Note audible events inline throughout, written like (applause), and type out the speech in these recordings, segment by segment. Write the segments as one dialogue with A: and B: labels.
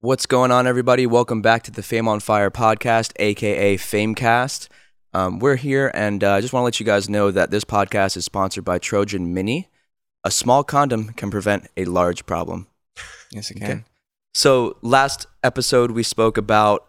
A: What's going on, everybody? Welcome back to the Fame on Fire podcast, aka Famecast. Um, we're here, and uh, I just want to let you guys know that this podcast is sponsored by Trojan Mini. A small condom can prevent a large problem.
B: Yes, it
A: Okay. So, last episode, we spoke about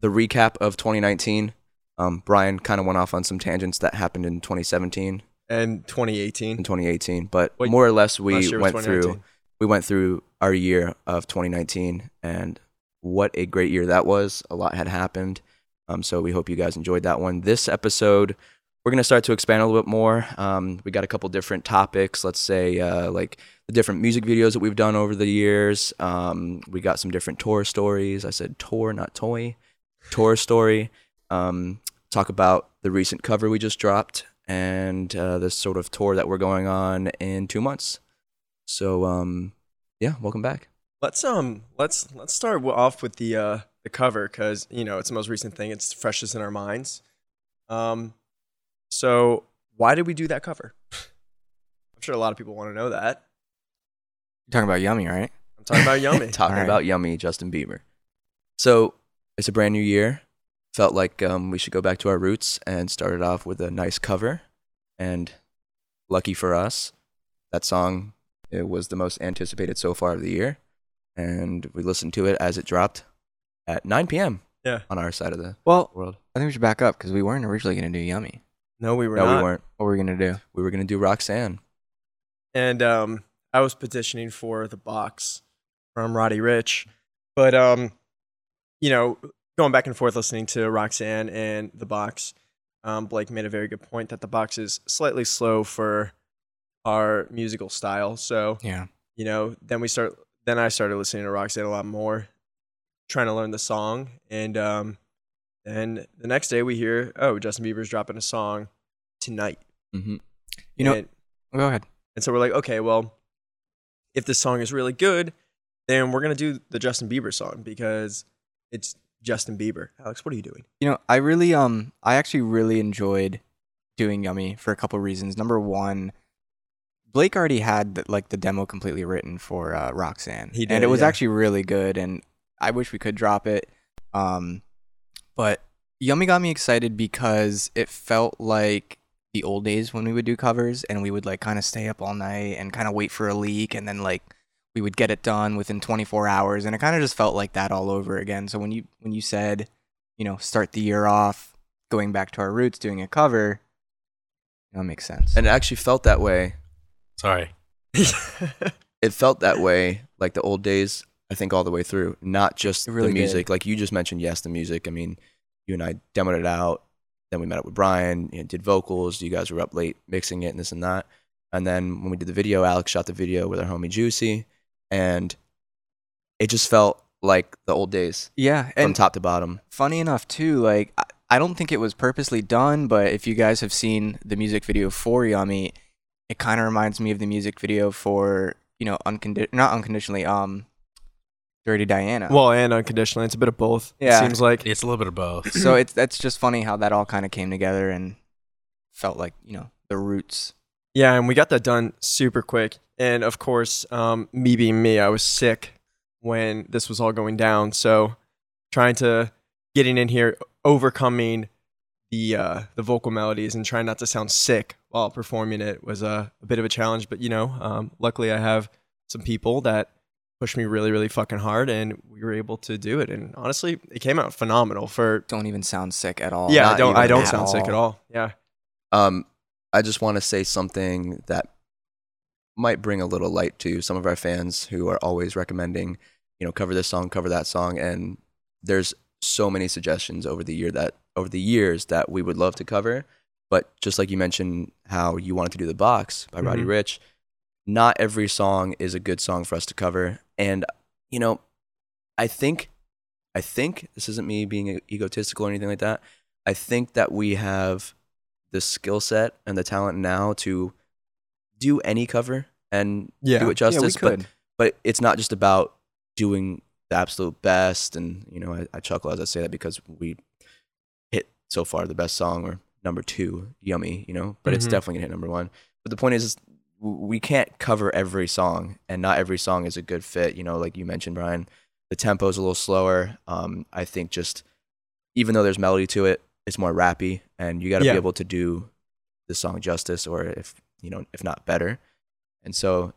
A: the recap of 2019. Um, Brian kind of went off on some tangents that happened in 2017
B: And
A: and
B: 2018.
A: 2018, but
B: Wait,
A: more or less, we
B: last year was
A: went through
B: 2019.
A: we went through our year of 2019 and what a great year that was. A lot had happened. Um, so we hope you guys enjoyed that one. This episode, we're going to start to expand a little bit more. Um, we got a couple different topics, let's say uh, like the different music videos that we've done over the years. Um, we got some different tour stories. I said tour, not toy. Tour story. Um, talk about the recent cover we just dropped and uh, this sort of tour that we're going on in two months. So, um, yeah, welcome back.
B: Let's um let's let's start w- off with the uh the cover cuz you know, it's the most recent thing. It's freshest in our minds. Um so why did we do that cover? (laughs) I'm sure a lot of people want to know that.
C: You're talking about yummy, right?
B: I'm talking about Yummy.
A: (laughs) Talking
C: All right.
A: about yummy Justin Bieber. So it's a brand new year. Felt like um, we should go back to our roots and started off with a nice cover. And lucky for us, that song it was the most anticipated so far of the year. And we listened to it as it dropped at 9 p.m.
B: Yeah.
A: on our side of the
C: Well,
A: world.
C: I think we should back up because we weren't originally gonna do yummy.
B: No, we were
A: no,
B: not.
A: we weren't.
C: What were we gonna do?
A: We were gonna do Roxanne.
B: And um I was petitioning for the box from Roddy Rich. But um you know, going back and forth listening to Roxanne and the box, um, Blake made a very good point that the box is slightly slow for our musical style. So,
C: Yeah.
B: you know, then we start then I started listening to Roxanne a lot more, trying to learn the song. And um then the next day we hear, oh, Justin Bieber's dropping a song tonight.
A: Mm-hmm.
C: You know,
B: And-
C: go ahead.
B: and so we're like, okay, well, if this song is really good, then we're gonna do the Justin Bieber song because it's Justin Bieber. Alex, what are you doing?
C: You know, I really um I actually really enjoyed doing yummy for a couple reasons. Number one, Blake already had the, like the demo completely written for uh, Roxanne,
B: He did,
C: and it was
B: yeah.
C: actually really good. And I wish we could drop it, um, but yummy got me excited because it felt like the old days when we would do covers and we would like kind of stay up all night and kind of wait for a leak and then like we would get it done within 24 hours and it kind of just felt like that all over again so when you when you said you know start the year off going back to our roots doing a cover that makes sense
A: And it actually felt that way
B: (laughs)
D: Sorry.
A: it felt that way like the old days i think all the way through not just
C: It really
A: the
C: did.
A: music like you just mentioned yes the music i mean you and i demoed it out then we met up with brian you know, did vocals you guys were up late mixing it and this and that and then when we did the video alex shot the video with our homie juicy and it just felt like the old days
C: yeah
A: from
C: and
A: top to bottom
C: funny enough too like I, I don't think it was purposely done but if you guys have seen the music video for yummy it kind of reminds me of the music video for you know uncondi- not unconditionally um dirty diana
B: Well, and unconditionally, it's a bit of both.
C: it Yeah.
B: it
C: seems
B: seems like
D: It's a little bit of both.
C: so it's that's just funny how that all kind of came together and felt like you know the roots
B: yeah, and we got that done super quick. And of course, um, me being me, I was sick when this was all going down. So trying to getting in here, overcoming the uh, the vocal melodies, and trying not to sound sick while performing it was a, a bit of a challenge. But you know, um, luckily I have some people that pushed me really, really fucking hard, and we were able to do it. And honestly, it came out phenomenal. For
C: don't even sound sick at all
B: yeah, I
A: Oh, not
B: don't I
A: even
B: don't
A: at
B: sound sick at all. Yeah,
A: Um, I just want to say something that might bring a little light to some of our fans who are always recommending, you know, cover this song, cover that song, and there's so many suggestions over the year that over the years that we would love to cover. But just like you mentioned, how you wanted to do the box by Roddy
B: Mhm.
A: Rich, not every song is a good song for us to cover, and you know, I think, I think this isn't me being egotistical or anything like that. I think that we have the skill set and the talent now to do any cover and
B: yeah.
A: do it justice.
C: yeah, we could.
A: But but it's not just about doing the absolute best. And you know, I, I chuckle as I say that because we hit so far the best song or number two, yummy. You know, but it's
B: Mhm.
A: definitely gonna hit number one. But the point is, is w- we can't cover every song, and not every song is a good fit. You know, like you mentioned, Brian. The tempo is a little slower. Um, I think just even though there's melody to it, it's more rappy, and you got to
B: Yeah.
A: be able to do the song justice, or if you know, if not better. And so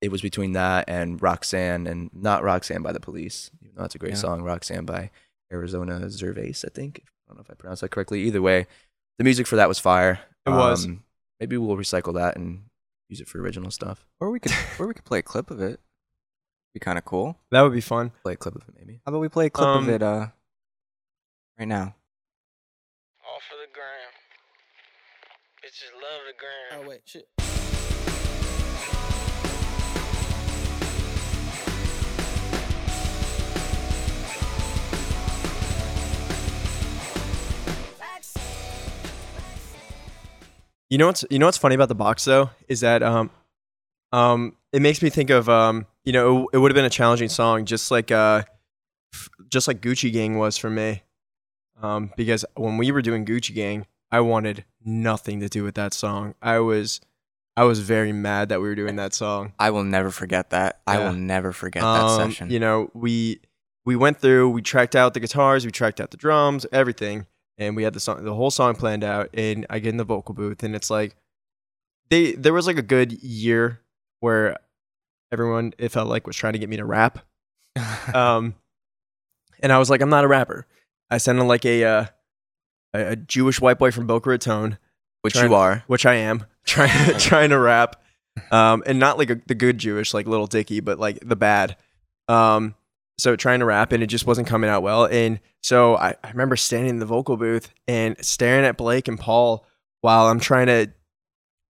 A: it was between that and Roxanne, and not Roxanne by the Police, even though that's a great
C: Yeah.
A: song. Roxanne by Arizona Zervais, I think. I don't know if I pronounced that correctly. Either way, the music for that was fire. Um,
B: It was.
A: Maybe we'll recycle that and use it for original stuff.
C: Or we could or we could play a clip of it. Be kind of cool.
B: That would be fun.
A: Play a clip of it, maybe.
C: How about we play a clip
B: Um,
C: of it uh right now?
D: All for the gram. Bitches love the gram.
E: Oh wait, shit.
B: You know what's you know what's funny about the box though is that um, um, it makes me think of um, you know, it, would have been a challenging song, just like uh, f- just like Gucci Gang was for me, um, because when we were doing Gucci Gang, I wanted nothing to do with that song. I was, I was very mad that we were doing that song.
C: I will never forget that. I
B: Yeah.
C: will never forget
B: Um,
C: that session.
B: You know, we we went through, we tracked out the guitars, we tracked out the drums, everything, and we had the song, the whole song planned out. And I get in the vocal booth, and it's like they there was like a good year where everyone it felt like was trying to get me to rap,
C: (laughs)
B: um, and I was like, I'm not a rapper. I sounded like a uh, a a Jewish white boy from Boca Raton,
A: Which
B: Trying-
A: you are.
B: which I am (laughs)
A: (laughs)
B: trying trying to rap, um, and not like a, the good Jewish like Little Dicky, but like the bad. Um, so trying to rap and it just wasn't coming out well. And so I, I remember standing in the vocal booth and staring at Blake and Paul while I'm trying to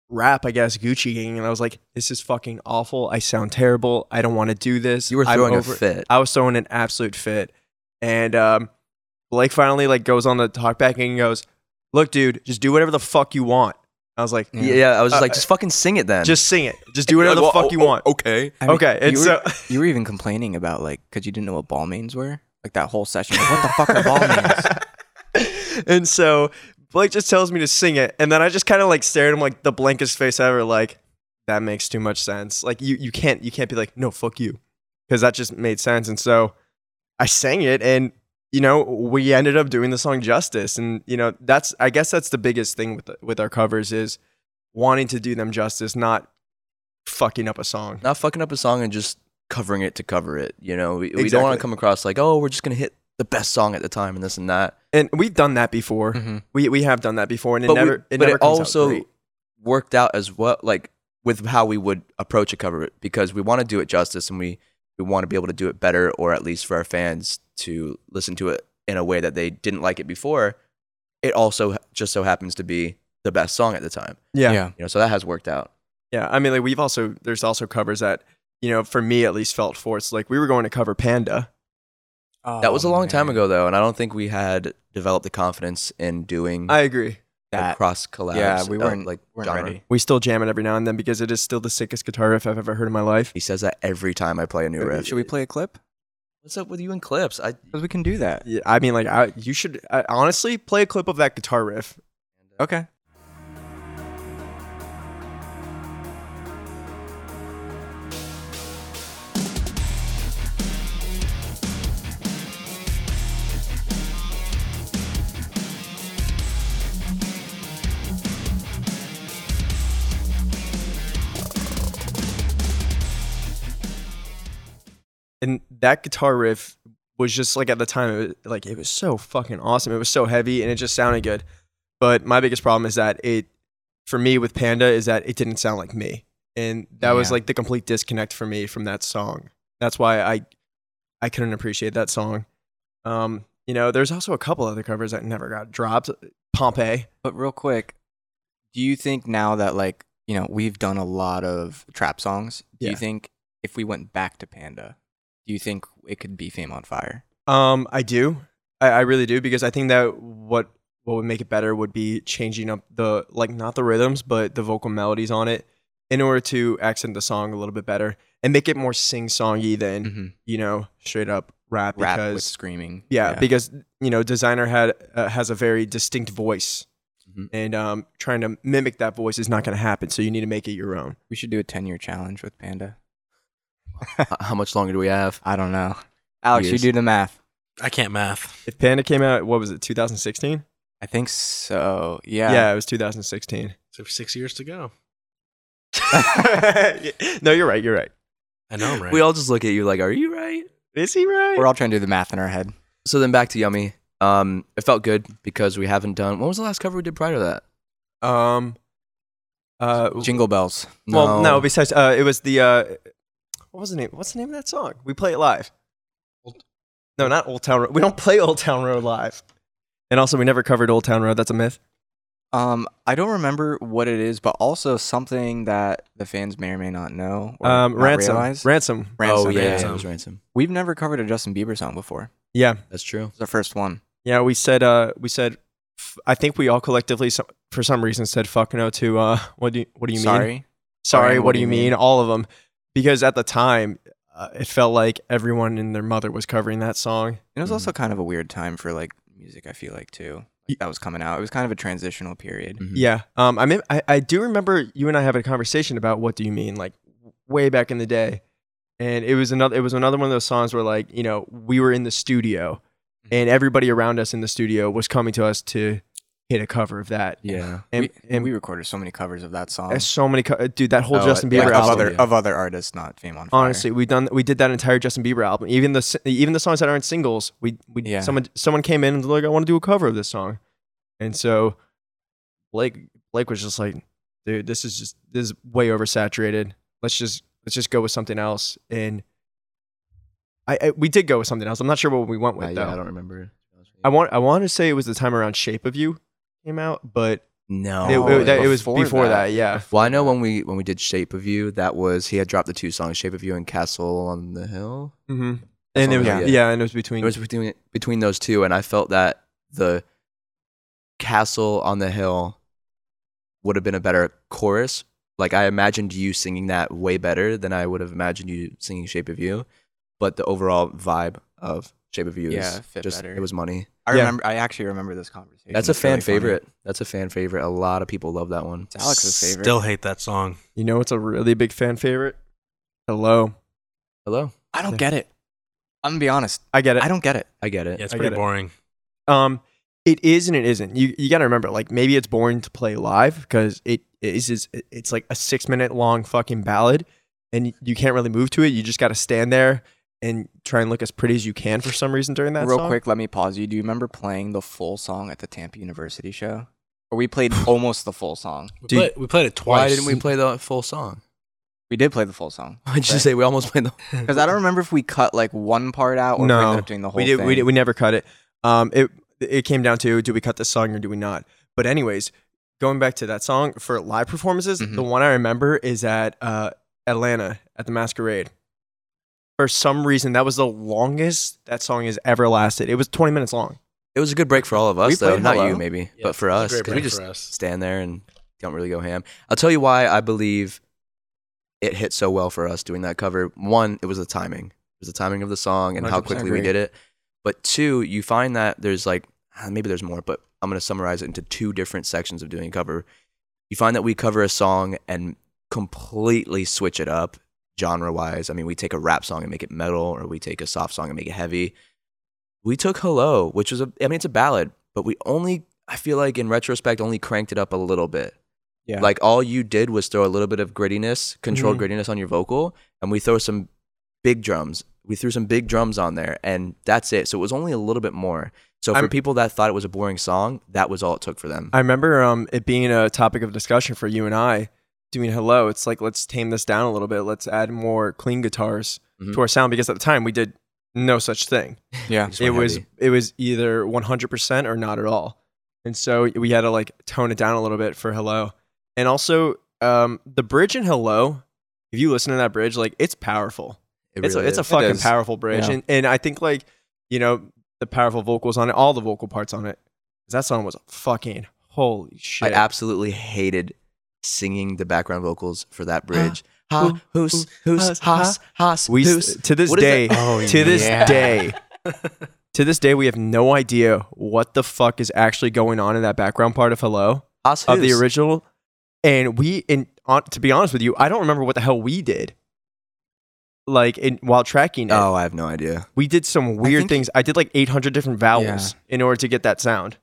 B: rap, I guess Gucci Gang, and I was like, "This is fucking awful. I sound terrible. I don't want to do this."
A: You were
B: I'm
A: throwing a
B: over-
A: fit.
B: I was throwing an absolute fit. And um, Blake finally like goes on the talk back and he goes, Look, dude, just do whatever the fuck you want. I was like,
A: Yeah, yeah, I was just
B: Uh,
A: like, just fucking sing it then.
B: just sing it. Just do whatever the
A: Well,
B: fuck you want.
A: Okay.
C: oh, I mean,
B: okay, and
C: you were,
B: so-
C: you were even complaining about like because you didn't know what ball mains were. Like that whole session. Like, what the fuck
B: (laughs)
C: are ball mains?
B: and so Blake just tells me to sing it. And then I just kind of like stared at him like the blankest face ever, like, that makes too much sense. Like you you can't you can't be like, no, fuck you. Because that just made sense. And so I sang it and you know, we ended up doing the song justice. And you know, that's I guess that's the biggest thing with with our covers is wanting to do them justice, not fucking up a song.
A: Not fucking up a song and just covering it to cover it. You know, we, we don't
B: Exactly.
A: want to come across like, oh, we're just going to hit the best song at the time and this and that.
B: And we've done that before.
C: Mhm.
B: We we have done that before and it
A: but
B: never
A: we,
B: it
A: but
B: never
A: it
B: comes out
A: also
B: great.
A: worked out as well, like with how we would approach a cover because we want to do it justice and we we want to be able to do it better, or at least for our fans to listen to it in a way that they didn't like it before. It also just so happens to be the best song at the time,
B: yeah.
A: you know. So that has worked out.
B: Yeah, I mean, like we've also there's also covers that you know for me at least felt forced. Like we were going to cover Panda.
A: That was a
C: Oh,
A: long time
C: man.
A: ago though, and I don't think we had developed the confidence in doing
B: I agree.
C: That
A: cross collabs.
C: yeah, we
A: of,
C: weren't
A: like
C: like weren't
A: genre.
C: ready.
B: We still jam it every now and then because it is still the sickest guitar riff I've ever heard in my life.
A: He says that every time I play a new
B: Maybe
A: riff.
C: Should we play a clip?
A: What's up with you and clips? I
C: Because we can do that.
B: Yeah, I mean, like I, you should I, honestly play a clip of that guitar riff.
C: Okay.
B: and that guitar riff was just like at the time it was like it was so fucking awesome it was so heavy and it just sounded good but my biggest problem is that it for me with panda is that it didn't sound like me and that was
C: Yeah.
B: like the complete disconnect for me from that song that's why i i couldn't appreciate that song um you know there's also a couple other covers that never got dropped pompeii
C: But real quick, do you think now that like you know we've done a lot of trap songs, do
B: Yeah.
C: you think if we went back to Panda, do you think it could be Fame on Fire?
B: Um, I do. I, I really do because I think that what what would make it better would be changing up the like not the rhythms but the vocal melodies on it in order to accent the song a little bit better and make it more sing songy than you know straight up rap
C: Mm-hmm. Rap
B: because
C: with screaming.
B: yeah, because you know designer had uh, has a very distinct voice
A: Mhm.
C: Mm-hmm.
B: and um trying to mimic that voice is not going to happen so you need to make it your own
C: we should do a ten year challenge with Panda.
A: How much longer do we have?
C: I don't know. Alex,
A: years.
C: you do the math.
E: I can't math.
B: If Panda came out, what was it, 2016?
C: I think so.
B: Yeah,
C: Yeah.
B: it was 2016.
E: So six years to go.
B: (laughs) no, you're right. You're right.
E: I know,
A: (laughs)
E: right?
A: We all just look at you like, are you right?
B: Is he right?
C: We're all trying to do the math in our head.
A: So then back to Yummy. Um, it felt good because we haven't done. When was the last cover we did prior to that?
B: um, uh,
C: Jingle bells.
B: well, no. Besides, uh, it was the uh, what was the name? What's the name of that song? We play it live. No, not Old Town Road. We don't play Old Town Road live. And also, we never covered Old Town Road. That's a myth.
C: Um, I don't remember what it is, but also something that the fans may or may not know or
B: Um,
C: not
B: ransom.
C: realize.
B: Ransom.
A: oh
C: Ransom,
A: yeah,
E: Ransom.
A: it was Ransom.
C: We've never covered a Justin Bieber song before.
B: Yeah,
A: That's true.
C: It's the first one.
B: yeah. We said. Uh, we said. f- I think we all collectively, some, for some reason, said "fuck no" to. Uh, what do you, What do you mean?
C: Sorry.
B: sorry, what, do you mean? All of them. Because at the time, uh, it felt like everyone and their mother was covering that song.
C: It was
A: Mhm.
C: also kind of a weird time for like music, I feel like too.
B: Mm-hmm. Ye-
C: Like, that was coming out. It was kind of a transitional period.
A: Mhm.
B: Yeah. Um, I, mean, I, I do remember you and I having a conversation about what do you mean, like way back in the day. And it was another it was another one of those songs where like, you know, we were in the studio and everybody around us in the studio was coming to us to hit a cover of that.
A: Yeah.
B: Mm-hmm. And,
C: we,
B: and
C: we recorded so many covers of that song.
B: there's so many co- dude, that whole
A: Oh,
B: Justin
A: yeah,
B: Bieber
C: Like, of
A: album.
C: other
A: Yeah.
C: of other artists, not Fame on Fire.
B: Honestly, we done we did that entire Justin Bieber album. Even the s- even the songs that aren't singles, we we
C: Yeah.
B: someone someone came in and was like, I want to do a cover of this song, and so Blake Blake was just like, dude, this is just this is way oversaturated. Let's just let's just go with something else. And I, I we did go with something else. I'm not sure what we went with
A: I,
B: though.
A: Uh, I don't remember.
B: I want I want to say it was the time around Shape of You came out, but
A: no.
B: it, it- that- it was
C: before
B: before,
C: that.
B: that. Yeah,
A: well, I know when we when we did Shape of You, that was he had dropped the two songs, Shape of You and Castle on the Hill.
B: mm-hmm. and it was
A: Yeah.
B: yeah. and it was between
A: It was between between those two, and I felt that the Castle on the Hill would have been a better chorus. Like I imagined you singing that way better than I would have imagined you singing Shape of You, but the overall vibe of Shape of You
C: Yeah,
A: is
C: it fit
A: just
C: better.
A: it was money.
C: I
B: Yeah.
C: remember. I actually remember this conversation.
A: That's a
C: It's
A: fan
C: really funny.
A: favorite. That's a fan favorite. A lot of people love that one.
C: It's Alex's favorite.
E: Still hate that song.
B: You know, it's a really big fan favorite. Hello,
A: Hello,
C: I don't get it. I'm gonna be honest.
B: I get it.
C: I don't get it.
A: I get it.
E: Yeah, it's
B: I
E: pretty
B: get it.
E: boring.
B: um it is and it isn't you you gotta remember like maybe it's boring to play live because it is is it's like a six minute long fucking ballad and you- you can't really move to it you just gotta stand there and try and look as pretty as you can for some reason during that
C: Real
B: song.
C: quick, let me pause you. Do you remember playing the full song at the Tampa University show? Or we
B: (sighs)
C: played almost the full song.
E: We,
B: Dude,
E: played, we played it
A: Why
E: twice.
A: didn't we play the full song? (laughs)
C: We did play the full song
A: Why did you say we almost played the?
C: because I don't remember if we cut like one part out or if we
B: No.
C: ended up doing the whole
B: we did
C: thing.
B: we did, we never cut it um it it came down to do we cut this song or do we not but anyways going back to that song for live performances
C: Mhm.
B: the one i remember is at uh atlanta at the masquerade for some reason that was the longest that song has ever lasted it was 20 minutes long
A: It was a good break for all of us,
C: We
A: though.
C: played
A: Not you,
C: Hello.
A: maybe,
E: Yeah,
A: but for
E: it's a
A: us,
E: great
A: 'cause we
E: break
A: just
E: for us.
A: stand there and don't really go ham. I'll tell you why I believe it hit so well for us doing that cover. One, it was the timing. It was the timing of the song and how
B: 100%
A: quickly we
B: agree.
A: did it. But two, you find that there's like ah, maybe there's more, but I'm gonna summarize it into two different sections of doing a cover. You find that we cover a song and completely switch it up genre wise. I mean, we take a rap song and make it metal, or we take a soft song and make it heavy. We took Hello, which was a, I mean, it's a ballad, but we only, I feel like in retrospect, only cranked it up a little bit.
C: Yeah.
A: Like all you did was throw a little bit of grittiness, controlled
B: Mm-hmm.
A: grittiness on your vocal, and we throw some big drums. We threw some big drums on there, and that's it. So it was only a little bit more. So for
B: I'm-
A: people that thought it was a boring song, that was all it took for them.
B: I remember um, it being a topic of discussion for you and I doing hello. It's like, let's tame this down a little bit. Let's add more clean guitars
A: Mhm.
C: Mm-hmm.
B: to our sound because at the time we did no such thing.
C: yeah.
A: Just
B: It
A: went
B: was
A: heavy.
B: it was either 100% or not at all. And so we had to like tone it down a little bit for hello. And also um, the bridge in hello, if you listen to that bridge, like it's powerful
A: It
B: it's a,
A: really
B: it's a
A: is.
B: fucking
C: is.
B: powerful bridge,
C: Yeah.
B: and, and I think like you know the powerful vocals on it, all the vocal parts on it. 'Cause That song was fucking holy
A: I
B: shit.
A: absolutely hated singing the background vocals for
B: (gasps)
A: that bridge.
B: Ha,
A: Ha, hoos,
B: hoos,
A: hoos, has, has,
B: we
A: hoos.
B: to this
A: What is
B: day,
A: that?
E: Oh,
B: (laughs)
A: (laughs)
B: to this
C: yeah.
B: day, to this day, we have no idea what the fuck is actually going on in that background part of Hello
A: Has,
B: of the
A: hoos.
B: original. And we, and on, to be honest with you, I don't remember what the hell we did. like in, while tracking it.
A: Oh, I have no idea.
B: We did some weird
C: think-
B: things. I did like 800 different vowels in order to get that sound.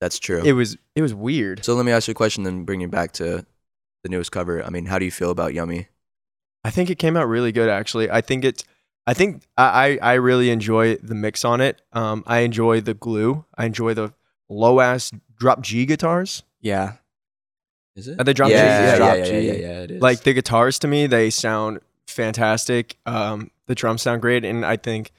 A: That's true.
B: It was it was weird.
A: so let me ask you a question, then bring you back to the newest cover. I mean, how do you feel about Yummy?
B: I think it came out really good actually. I think it I think I I I really enjoy the mix on it. Um I enjoy the glue. I enjoy the low ass drop G guitars.
C: Yeah.
A: Is it?
B: Are they drop
A: yeah,
B: G?
A: Yeah,
B: Yeah,
A: yeah,
B: drop
A: yeah,
B: G.
A: yeah, yeah, it is.
B: Like the guitars to me, they sound fantastic. Um, the drums sound great, and I think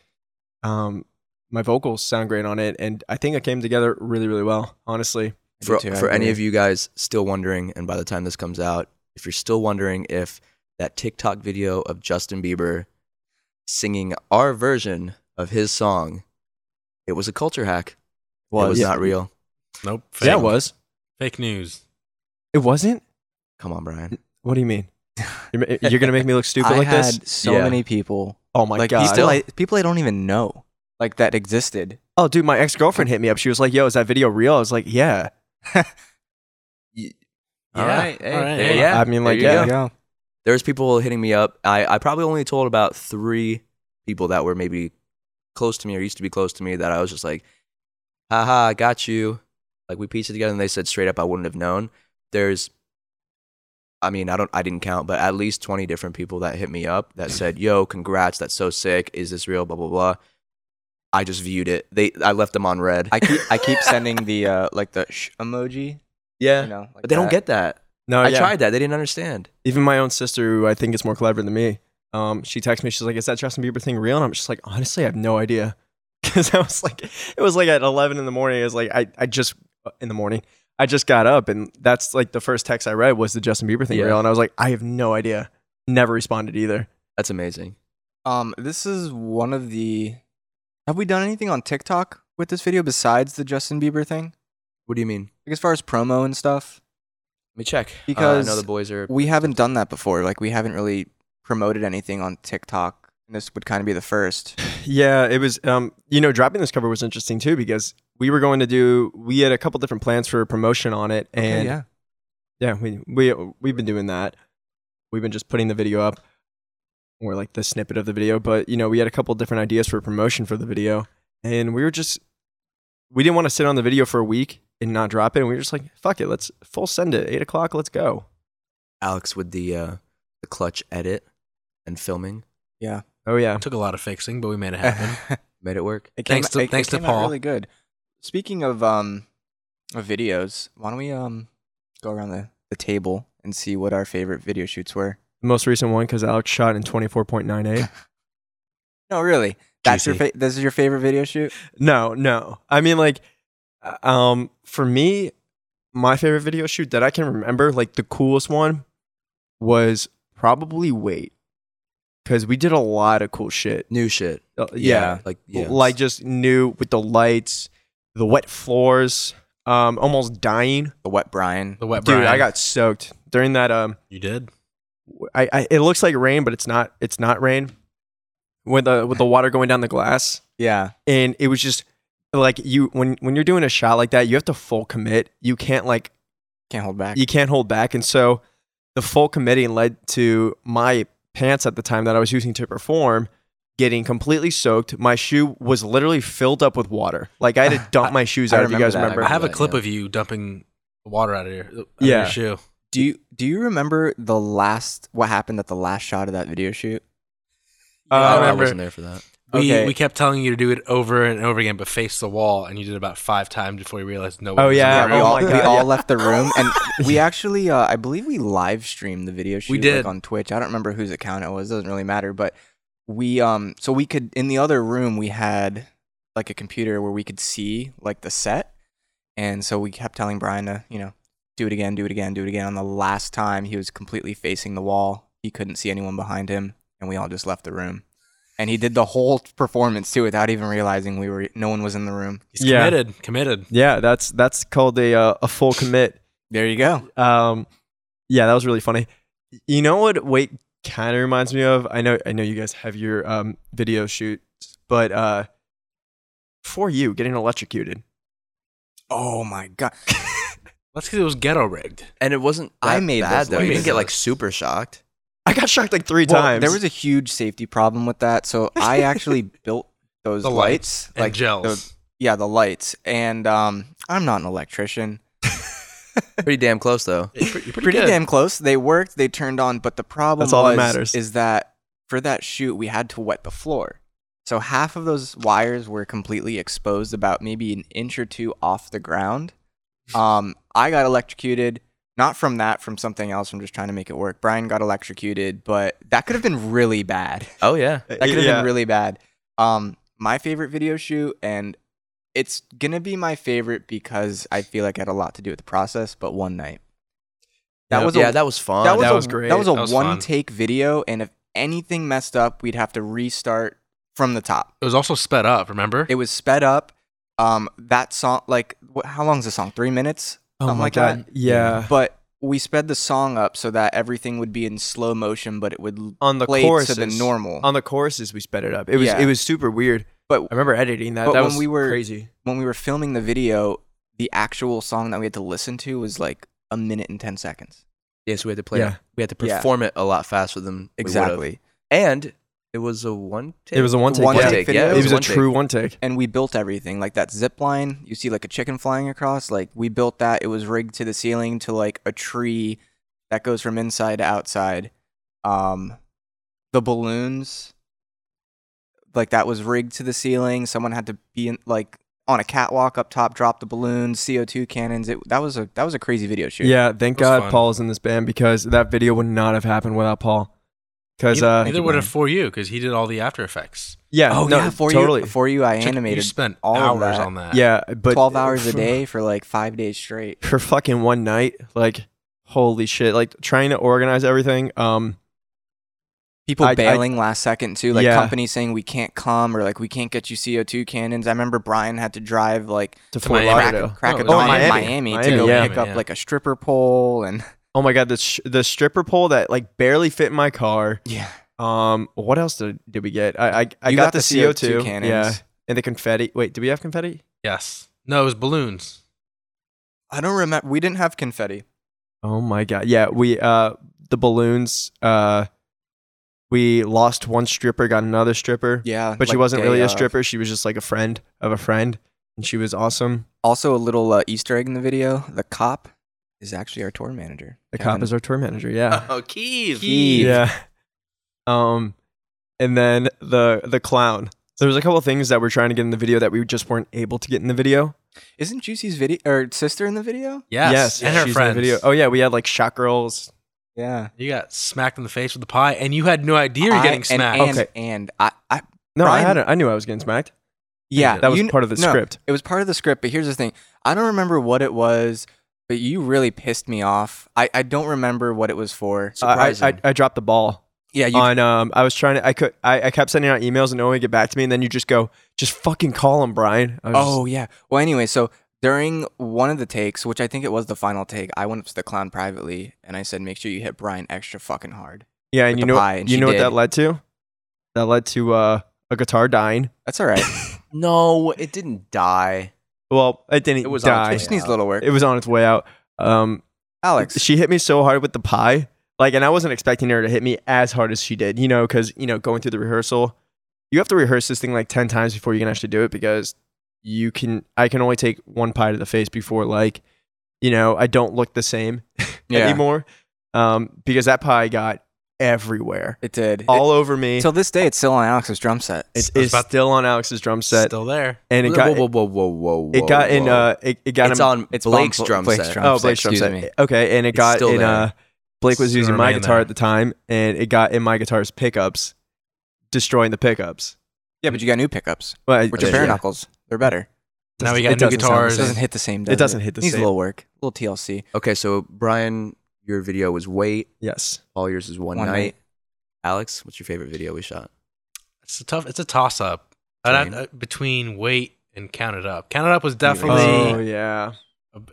B: um, my vocals sound great on it. And I think it came together really, really well. Honestly,
C: I do
A: for,
C: too, I
A: for any
C: agree.
A: of you guys still wondering, and by the time this comes out, if you're still wondering if that TikTok video of Justin Bieber singing our version of his song, it was a culture hack. it was
B: Yeah.
A: not real.
E: Nope. Fake.
B: yeah, it was.
E: Fake news.
B: It wasn't.
A: Come on, Brian.
B: What do
C: (laughs)
B: you mean? You're, ma- you're gonna make me look stupid
C: I
B: like
C: had
B: this?
C: so
A: Yeah.
C: many people,
B: Oh my
C: like
B: god!
C: people, I, people I don't even know, like that existed.
B: oh, dude, my ex girlfriend hit me up. She was like, "Yo, is that video real?" I was like, "Yeah."
E: All right, all right, yeah.
B: I mean, like,
A: you
B: yeah.
A: go. There was people hitting me up. I, I probably only told about three people that were maybe close to me or used to be close to me that I was just like, haha, I got you. Like we pieced it together and they said straight up I wouldn't have known. There's I mean, I don't I didn't count, but at least twenty different people that hit me up that said, Yo, congrats, that's so sick. Is this real? Blah blah blah. I just viewed it. They I left them on red.
C: I keep I keep sending the uh, like the sh emoji,
A: yeah.
C: you know, like
A: but (laughs) they don't
C: that.
A: get that. Oh,
B: No,
A: I
B: yeah.
A: tried that. They didn't understand.
B: Even my own sister, who I think is more clever than me, um, she texted me. She's like, "Is that Justin Bieber thing real?" And I'm just like, honestly, I have no idea, (laughs) because I was like, it was like at 11 in the morning. It was like I, I just uh, in the morning, I just got up, and that's like the first text I read was the Justin Bieber thing
A: Yeah.
B: real, and I was like, I have no idea. Never responded either. (laughs)
A: That's amazing.
C: Um, this is one of the. Have we done anything on TikTok with this video besides the Justin Bieber thing?
A: What do you mean?
C: Like as far as promo and stuff,
A: Let me check. Uh,
C: Because
A: I know the boys are
C: we haven't done that before. Like we haven't really promoted anything on TikTok, and this would kind of be the first.
B: Yeah, it was. Um, you know, dropping this cover was interesting too because we were going to do. We had a couple different plans for promotion on it, and
C: yeah,
B: Yeah, we we we've been doing that. We've been just putting the video up or like the snippet of the video, but you know, we had a couple different ideas for promotion for the video and we were just we didn't want to sit on the video for a week and not drop it and we were just like, fuck it, let's full send it. Eight o'clock, let's go.
A: Alex with the uh, the clutch edit and filming
B: Oh yeah.
E: (laughs) Took a lot of fixing, but we made it (laughs) happen.
C: yeah.
A: made it work.
C: (laughs) It
E: Thanks to-
C: it- it
E: thanks to
C: came out
E: Paul.
C: Really good. Speaking of um, of videos, why don't we um, go around the, the table and see what our favorite video shoots were?
B: The most recent one because Alex shot in twenty four point nine eight.
C: No, really, that's your
E: Juicy.
C: fa- this is your favorite video shoot.
B: No, no. I mean, like, uh, um, for me, my favorite video shoot that I can remember, like the coolest one, was probably wait, because we did a lot of cool shit.
A: New shit.
B: Uh, yeah.
A: Like yeah.
B: like just new with the lights, the wet floors, um, almost dying.
C: The wet Brian.
E: the wet
B: Dude,
E: Brian.
B: I got soaked during that. Um,
E: you did.
B: I, I it looks like rain, but it's not. It's not rain. With the with the water going down the glass,
C: Yeah,
B: and it was just like you when when you're doing a shot like that you have to full commit you can't like
C: can't hold back.
B: you can't hold back and so the full committing led to my pants at the time that i was using to perform getting completely soaked my shoe was literally filled up with water like i
C: (laughs)
B: had to dump my shoes
C: I
B: out if you
C: remember
B: guys
C: that. I
B: remember
E: I have a
C: that,
E: clip
C: yeah.
E: of you dumping the water out of your, out
B: Yeah.
E: of your shoe.
C: Do you do you remember the last what happened at the last shot of that video shoot?
B: Uh,
A: I,
B: I
A: I
B: remember-
A: wasn't there for that.
E: Oh, We,
C: Okay.
E: we kept telling you to do it over and over again, but face the wall, and you did it about five times before you realized no.
B: Oh,
E: was in
B: yeah,
E: the
C: we
E: room.
B: oh
C: all
B: my
C: we
B: God,
C: all
B: yeah.
C: left the room
B: (laughs)
C: and we actually uh, I believe we live streamed the video shoot
E: did.
C: Like, on Twitch. I don't remember whose account it was. doesn't really matter, but we um so we could in the other room we had like a computer where we could see like the set. And so we kept telling Brian to, you know, do it again, do it again, do it again. On the last time he was completely facing the wall. He couldn't see anyone behind him and we all just left the room. And he did the whole performance too without even realizing we were no one was in the room.
E: He's
B: Yeah.
E: committed, committed.
B: yeah that's that's called a uh, a full commit
C: There you go.
B: um yeah that was really funny you know what wait kind of reminds me of i know i know you guys have your um video shoots but uh for you getting electrocuted
C: Oh my god.
E: That's because it was ghetto rigged.
A: And it wasn't.
C: I
A: that
C: made
A: bad
C: those
A: though. You didn't
E: noises.
A: get like super shocked.
B: I got shocked like three
C: Well,
B: times.
C: There was a huge safety problem with that, so I actually built those
E: The
C: lights,
E: and
C: like
E: gels.
C: the- yeah, the lights. And um, I'm not an electrician.
A: (laughs) Pretty damn close though.
E: You're pre- you're pretty,
C: Pretty
E: good.
C: damn close. They worked. They turned on, but the problem
B: That's all that
C: was,
B: matters.
C: is that for that shoot we had to wet the floor. So half of those wires were completely exposed, about maybe an inch or two off the ground. Um, I got electrocuted, not from that, from something else. I'm just trying to make it work. Brian got electrocuted, but that could have been really bad.
A: Oh yeah.
C: That could have
B: yeah.
C: been really bad. Um, my favorite video shoot, and it's gonna be my favorite because I feel like it had a lot to do with the process. But one night, that was
A: yeah,
C: a,
A: that was fun.
C: that was,
B: that
C: a,
B: was great.
C: That was a
E: That was
C: one
E: fun.
C: take video, and if anything messed up, we'd have to restart from the top.
E: It was also sped up. Remember?
C: It was sped up. Um, that song, like, wh- how long's the song? Three minutes,
B: Oh
C: something
B: my
C: like that.
B: god. Yeah.
C: But we sped the song up so that everything would be in slow motion, but it would l-
B: On the
C: play
B: course
C: to the normal.
B: on the choruses we sped it up. It was
C: Yeah.
B: it was super weird.
C: But-
B: I remember editing that.
C: but
B: that
C: when
B: was
C: we were-
B: crazy.
C: when we were filming the video, the actual song that we had to listen to was like a minute and 10 seconds.
A: Yes, we had to play.
B: Yeah.
A: We had to
C: Yeah.
A: perform it a lot faster than we would've.
C: Exactly.
A: And it was a one take.
B: It was a one take.
C: One
B: yeah.
C: take
A: Yeah,
C: video.
A: it
B: It
A: was
B: was
A: a
B: a
A: one take.
B: true one take.
C: And we built everything, like that zip line. You see, like a chicken flying across. Like we built that. It was rigged to the ceiling to like a tree that goes from inside to outside. Um, the balloons, like that was rigged to the ceiling. Someone had to be in, like on a catwalk up top, drop the balloons, CO two cannons. It that was a that was a crazy video shoot.
B: Yeah, thank
E: It was
B: God
E: fun.
B: Paul's in this band because that video would not have happened without Paul. Because
E: Neither-
B: uh,
E: neither would have for you because he did all the After Effects.
B: yeah,
C: Oh
B: no,
C: yeah. For
B: totally.
C: you, for you, I
E: Took-
C: animated.
E: You spent
C: all of
E: hours
C: that.
E: on that.
B: yeah, but
C: 12
B: (laughs)
C: hours a
B: for-
C: day for like five days straight.
B: for fucking one night. Like, holy shit! Like trying to organize everything. Um,
C: People
B: I- I-
C: bailing last second too, like
B: Yeah.
C: companies saying we can't come or like we can't get you CO2 cannons. I remember Brian had to drive like
B: to
E: To
B: Fort
E: Miami.
C: crack,
B: Lauderdale.
C: crack a
E: Oh,
C: dawn in
B: Miami.
C: Miami, to
B: Miami,
C: go
B: yeah.
C: pick up
E: Yeah.
C: like a stripper pole
B: (laughs)
C: and
B: Oh my god, the sh- the stripper pole that like barely fit in my car.
C: yeah,
B: Um, what else did, did we get? I I, I
C: You got
B: got, the
C: the
B: CO
C: CO2
B: two
C: cannons.
B: yeah, and the confetti. Wait, do we have confetti?
E: Yes. No, it was balloons.
C: I don't remember. We didn't have confetti.
B: Oh my god, yeah, we uh the balloons. Uh, we lost one stripper, got another stripper,
C: Yeah, uh,
B: but she wasn't really a stripper. She was just like a friend of a friend, and she was awesome.
C: Also, a little uh, Easter egg in the video. The cop is actually our tour manager.
B: The cop is our tour manager. Yeah,
E: Oh, Kiev.
C: Keeve.
B: yeah. (laughs) Um, and then the the clown. There was a couple things that we're trying to get in the video that we just weren't able to get in the video.
C: Isn't Juicy's video or sister in the video?
E: Yes. And
B: she's
E: her
B: in the
E: friends.
B: video. Oh yeah, we had like shot girls.
C: Yeah,
E: You got smacked in the face with the pie, and you had no idea you're
C: I-
E: getting
C: and,
E: smacked.
C: And,
B: Okay.
C: and I, I
B: No, I
C: Brian-
B: had. it. I knew I was getting smacked.
C: yeah,
B: That was
C: you,
B: part of the
C: no,
B: script.
C: It was part of the script, but here's the thing. I don't remember what it was, but you really pissed me off. I, I don't remember what it was for.
B: Uh, I, I,
A: Surprising.
B: I- I dropped the ball
C: Yeah, you
B: on. Um, I was trying to. I could. I, I kept sending out emails and no one would get back to me. And then you just go, just fucking call him, Brian. I was just-
C: Oh yeah. Well anyway, so during one of the takes, which I think it was the final take, I went up to the clown privately and I said, Make sure you hit Brian extra fucking hard.
B: yeah. And
C: with
B: you
C: the
B: know,
C: pie, and
B: you
C: she
B: know what
C: did.
B: that led to? That led to uh, a guitar dying.
C: That's
B: (laughs)
C: all right.
A: No, it didn't die.
B: Well, it didn't
A: It was on
B: die.
C: it just needs a little work.
B: It was on its way out. Um,
C: Alex.
B: She hit me so hard with the pie. Like, and I wasn't expecting her to hit me as hard as she did, you know, because, you know, going through the rehearsal, you have to rehearse this thing like 10 times before you can actually do it because you can, I can only take one pie to the face before, like, you know, I don't look the same
C: yeah,
B: anymore um, because that pie got everywhere,
C: it did.
B: all over me.
C: Till this day it's still on Alex's drum set.
B: It
E: I was
B: is
E: about-
B: still on Alex's drum set.
E: Still there.
B: and it
A: whoa,
B: got,
A: whoa, whoa, whoa, whoa, whoa.
B: it got in,
A: whoa.
B: uh, it, it got
A: it's
B: him,
A: on
C: it's
A: Blake's
C: Bum-
A: drum
C: Blake's
A: set.
C: drum.
B: Oh,
C: set,
B: Blake's drum
C: excuse
B: set.
C: me.
B: Okay, and it
A: It's
B: got
A: still
B: in.
A: there.
B: Uh, Blake was
E: Still
B: using my
E: remain
B: guitar
E: there.
B: at the time, and it got in my guitar's pickups, destroying the pickups.
C: yeah, but you got new pickups,
B: Well, it-
C: which are
B: yeah.
C: bare knuckles. They're better.
E: Now we
B: It
E: got new
B: doesn't sound the
E: guitars.
B: same.
C: doesn't hit the same.
B: It
C: Does
B: doesn't hit the
C: Needs
B: same.
C: a little work, a little TLC.
A: Okay, so Brian, your video was Wait.
B: Yes.
A: All yours is One,
C: One
A: night.
C: Night.
A: Alex, what's your favorite video we shot?
E: It's a tough. It's a toss up. Between.
A: Between.
E: uh, between wait and count it up. Count it up was
B: Oh
E: definitely
B: yeah.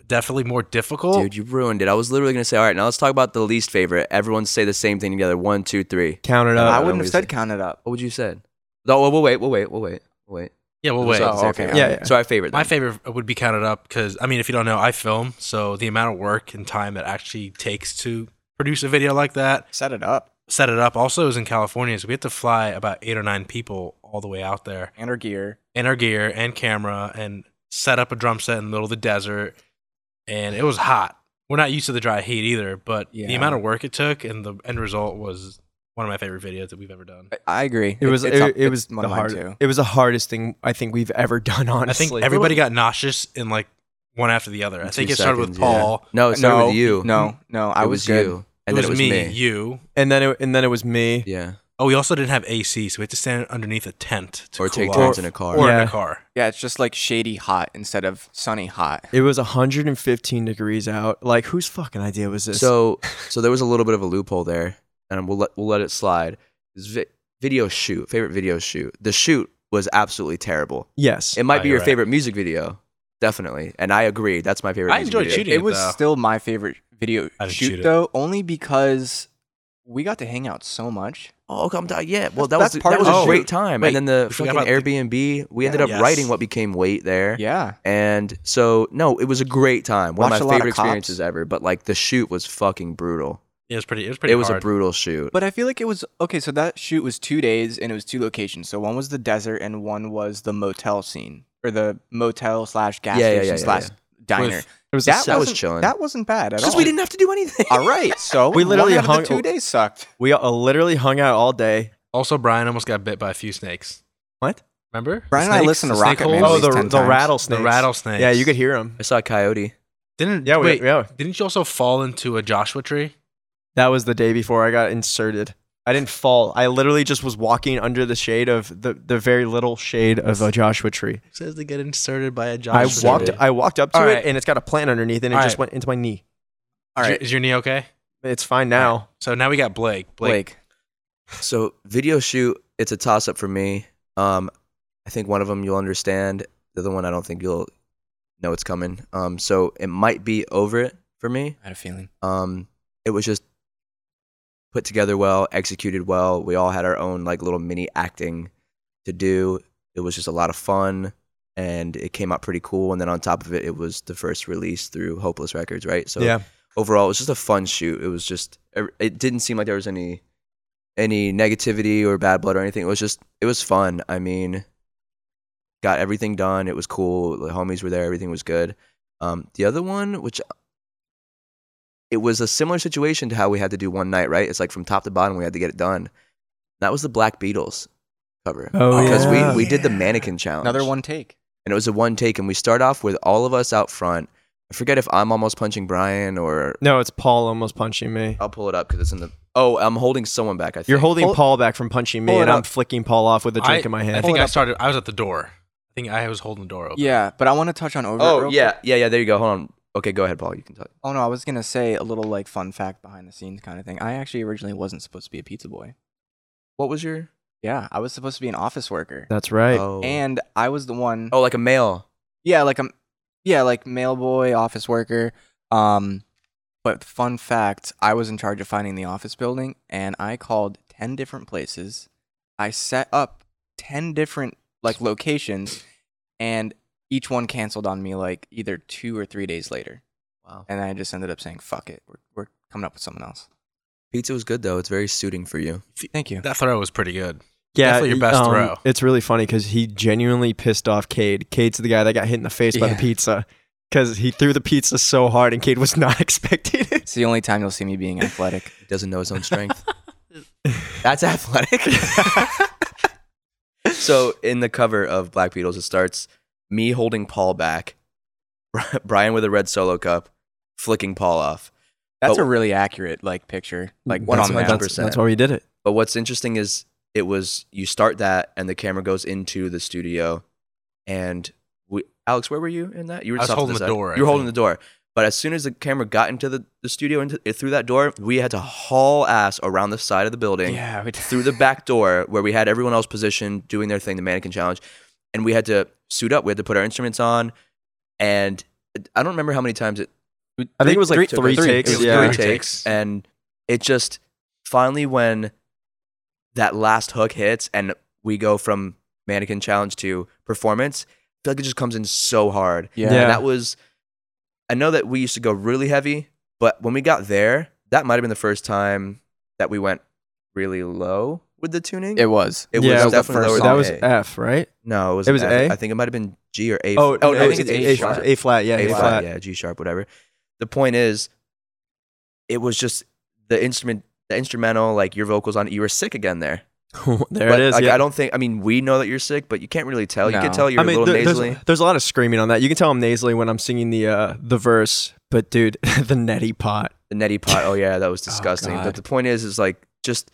E: definitely more difficult.
A: Dude, you ruined it. I was literally going to say, all right, now let's talk about the least favorite. Everyone say the same thing together. One, two, three.
B: Count it
A: Uh,
C: I
B: up.
A: don't
C: wouldn't have
A: lose
C: said
A: it.
C: count it up.
A: What would you said? No, we'll, we'll wait. We'll wait. We'll wait. We'll wait.
E: yeah, well,
A: Those
E: wait.
A: are
C: Oh,
A: our
C: okay.
A: favorite.
B: Yeah, yeah.
A: So our favorite.
E: My
A: then.
E: favorite would be counted up because I mean, if you don't know, I film, so the amount of work and time it actually takes to produce a video like that,
C: Set it up.
E: set it up also is in California. So we had to fly about eight or nine people all the way out there
C: and our gear.
E: and our gear and camera and set up a drum set in the middle of the desert. And it was hot. We're not used to the dry heat either, but the
C: Yeah.
E: amount of work it took and the end result was one of my favorite videos that we've ever done.
C: I- I agree.
B: It was
C: it's
B: it,
C: up-
B: it
C: it's
B: was
C: one
B: the
C: of mine
B: hard,
C: too.
B: it was the hardest thing I think we've ever (laughs) done. Honestly,
E: I think everybody got nauseous in like one after the other. I
A: In
E: think
A: two
E: it started with
A: seconds, yeah.
E: Paul.
A: No, it started
C: no,
A: Oh, with you.
C: No, no, I
A: it
C: was,
A: was
C: good.
A: you, and then
E: it was,
A: it was
E: me,
A: me.
E: you.
B: and then it, and then it was me.
A: Yeah,
E: Oh, we also didn't have AC, so we had to stand underneath a tent to
A: or
E: cool
A: take
E: off.
A: turns in a car.
E: or in
B: Yeah.
E: a car.
C: Yeah, it's just like shady hot instead of sunny hot.
B: It was 115 degrees out. Like whose fucking idea was this?
A: So, so there was a little bit of a loophole there, and we'll let we'll let it slide. This vi- video shoot, favorite video shoot. The shoot was absolutely terrible.
B: yes,
A: It might
E: Oh,
A: be
E: you're
A: your
E: right.
A: favorite music video, definitely. And I agree, that's my favorite.
E: I
A: music
E: enjoyed
A: video.
E: shooting
C: It
E: it
C: was
E: though.
C: still my favorite video
E: I didn't
C: shoot,
E: shoot it.
C: though, only because we got to hang out so much.
A: Oh, come down. Yeah. Well, that
C: That's-
A: was
C: that's part
A: that
C: of
A: was
C: the
A: a
C: shoot.
A: great time.
E: Wait,
A: and then the
E: we forgot
A: fucking
E: about
A: Airbnb. we ended
E: Yeah.
A: up
E: Yes.
A: writing what became Wait there.
C: Yeah,
A: And so no, it was a great time. One
C: Watched a
A: of
C: lot
A: my
C: of
A: favorite
C: cops.
A: experiences ever. But like the shoot was fucking brutal.
E: It was pretty. It was pretty.
A: it was a
E: hard.
A: brutal shoot.
C: but I feel like it was okay. So that shoot was two days, and it was two locations. So one was the desert, and one was the motel scene or the motel slash gas
A: Yeah, yeah,
C: station
A: yeah, yeah,
C: slash
A: yeah.
C: diner.
E: With-
B: it was. a
C: that
B: set.
A: was
C: wasn't-
A: chilling.
C: That wasn't bad at all.
A: Because we didn't have to do (laughs) anything.
C: All right, so
B: We literally
C: one out of
B: hung-
C: the two days sucked.
B: we all, literally hung out all day.
E: Also, Brian almost got bit by a few snakes.
B: What?
E: Remember?
C: Brian and I
E: Snakes,
C: listened to
E: the snake
C: Rocket Man
E: holes?
C: at
B: Oh,
C: least
B: the
C: 10
B: the
C: times.
B: rattlesnakes.
E: the rattlesnakes.
B: Yeah, you could hear them.
A: I saw Coyote.
E: Didn't
B: Yeah, we,
E: wait.
B: yeah.
E: Didn't you also fall into a Joshua tree?
B: That was the day before I got inserted. I didn't fall. I literally just was walking under the shade of the, the very little shade of a Joshua tree.
E: says to get inserted by a
B: I
A: Joshua
B: walked
A: tree.
B: I walked up to
E: All
B: it
E: right.
B: and it's got a plant underneath and it
E: All
B: just
E: right.
B: went into my knee.
C: All right,
E: Is your knee okay?
B: It's fine now.
E: So now we got Blake. Blake.
C: Blake.
A: So video shoot, it's a toss up for me. Um, I think one of them you'll understand. The other one I don't think you'll know it's coming. Um, so it might be over it for me.
C: I had a feeling.
A: Um, it was just put together well, executed well. We all had our own like little mini acting to do. It was just a lot of fun, and it came out pretty cool. And then on top of it, it was the first release through Hopeless Records, right? So
B: yeah.
A: overall it was just a fun shoot it was just er, it didn't seem like there was any any negativity or bad blood or anything it was just it was fun i mean got everything done it was cool the homies were there everything was good um the other one which it was a similar situation to how we had to do one night right it's like from top to bottom we had to get it done that was the black beatles cover
B: Oh,
A: because
B: yeah.
A: we we did the mannequin challenge
C: Another one take.
A: and it was a one take and we start off with all of us out front i forget if i'm almost punching brian or
B: No, it's Paul almost punching me.
A: I'll pull it up because it's in the. Oh, I'm holding someone back. I think
B: You're holding
C: Pull-
B: Paul back from punching me
C: pull it
B: and I'm
C: up.
B: flicking Paul off with a drink
E: I,
B: in my
E: I
B: hand.
E: think
C: Pull it
E: I
C: up.
E: started. I was at the door. I think I was holding the door open.
C: Yeah, but I want to touch on over. it
A: Oh
C: real
A: yeah,
C: quick.
A: yeah, yeah. There you go. Hold on. Okay, go ahead, Paul. You can talk.
C: Oh no, I was gonna say a little like fun fact behind the scenes kind of thing. I actually originally wasn't supposed to be a pizza boy.
A: What was your?
C: Yeah, I was supposed to be an office worker,
B: That's right.
A: Oh.
C: and I was the one.
A: oh, like a male.
C: Yeah, like I'm yeah, like mail boy, office worker. Um but fun fact, I was in charge of finding the office building and I called 10 different places. I set up 10 different like locations and each one canceled on me like either 2 or 3 days later.
A: Wow.
C: And I just ended up saying, "Fuck it. We're we're coming up with someone else."
A: Pizza was good though. It's very suiting for you.
C: Thank you.
E: That throw was pretty good.
B: yeah, um,
E: definitely your best throw.
B: It's really funny because he genuinely pissed off Cade. Cade's the guy that got hit in the face by the
C: Yeah.
B: pizza because he threw the pizza so hard and Cade was (laughs) not expecting it.
C: It's the only time you'll see me being athletic.
A: He doesn't know his own strength. That's athletic. (laughs) so in the cover of Black Beatles, it starts me holding Paul back, (laughs) Brian with a red solo cup, flicking Paul off.
C: (laughs) That's
A: Oh.
C: a really accurate like picture. Like what
B: that's,
C: on
A: why-
B: why,
C: that.
B: that's,
A: 100%.
B: that's why we did it.
A: But what's interesting is it was you start that and the camera goes into the studio, and we Alex, where were you in that? You were
E: I was
A: off to
E: holding the
A: side.
E: door, I
A: You were holding the
E: think.
A: door. But as soon as the camera got into the, the studio into through that door, we had to haul ass around the side of the building
C: Yeah, we did.
A: through the back door where we had everyone else positioned doing their thing, the mannequin challenge, and we had to suit up. We had to put our instruments on, and I don't remember how many times it.
B: I think it was like three takes,
A: It was
B: yeah.
A: three
E: Three
A: takes,
E: takes.
A: and it just finally when that last hook hits and we go from mannequin challenge to performance, I feel like it just comes in so hard.
C: yeah.
B: Yeah.
A: And that was, I know that we used to go really heavy, but when we got there, that might have been the first time that we went really low with the tuning.
C: It was.
A: It
B: Yeah, it was
A: was
C: the first
A: definitely lower
C: song.
A: than
B: that was
A: A.
B: F, right?
A: no, it was,
B: it was
A: F.
B: A?
A: I think it might have been G or A.
B: Oh,
A: oh no,
B: it
A: I
B: was
A: think it's A, sharp.
B: A flat, yeah,
A: A
B: A
A: flat,
B: flat.
A: yeah, G sharp, whatever. The point is, it was just the instrument, the instrumental, like your vocals on. it, You were sick again there.
B: (laughs) there it
A: But,
B: is.
A: Like,
B: yeah.
A: I don't think. I mean, we know that you're sick, but you can't really tell. You can
C: No.
A: tell you're
B: I mean,
A: a little
B: there-
A: nasally.
B: there's, there's a lot of screaming on that. You can tell I'm nasally when I'm singing the uh, the verse, but dude, (laughs) the neti pot. (laughs)
A: The neti pot. Oh yeah, that was disgusting.
B: God.
A: but the point is, is like just.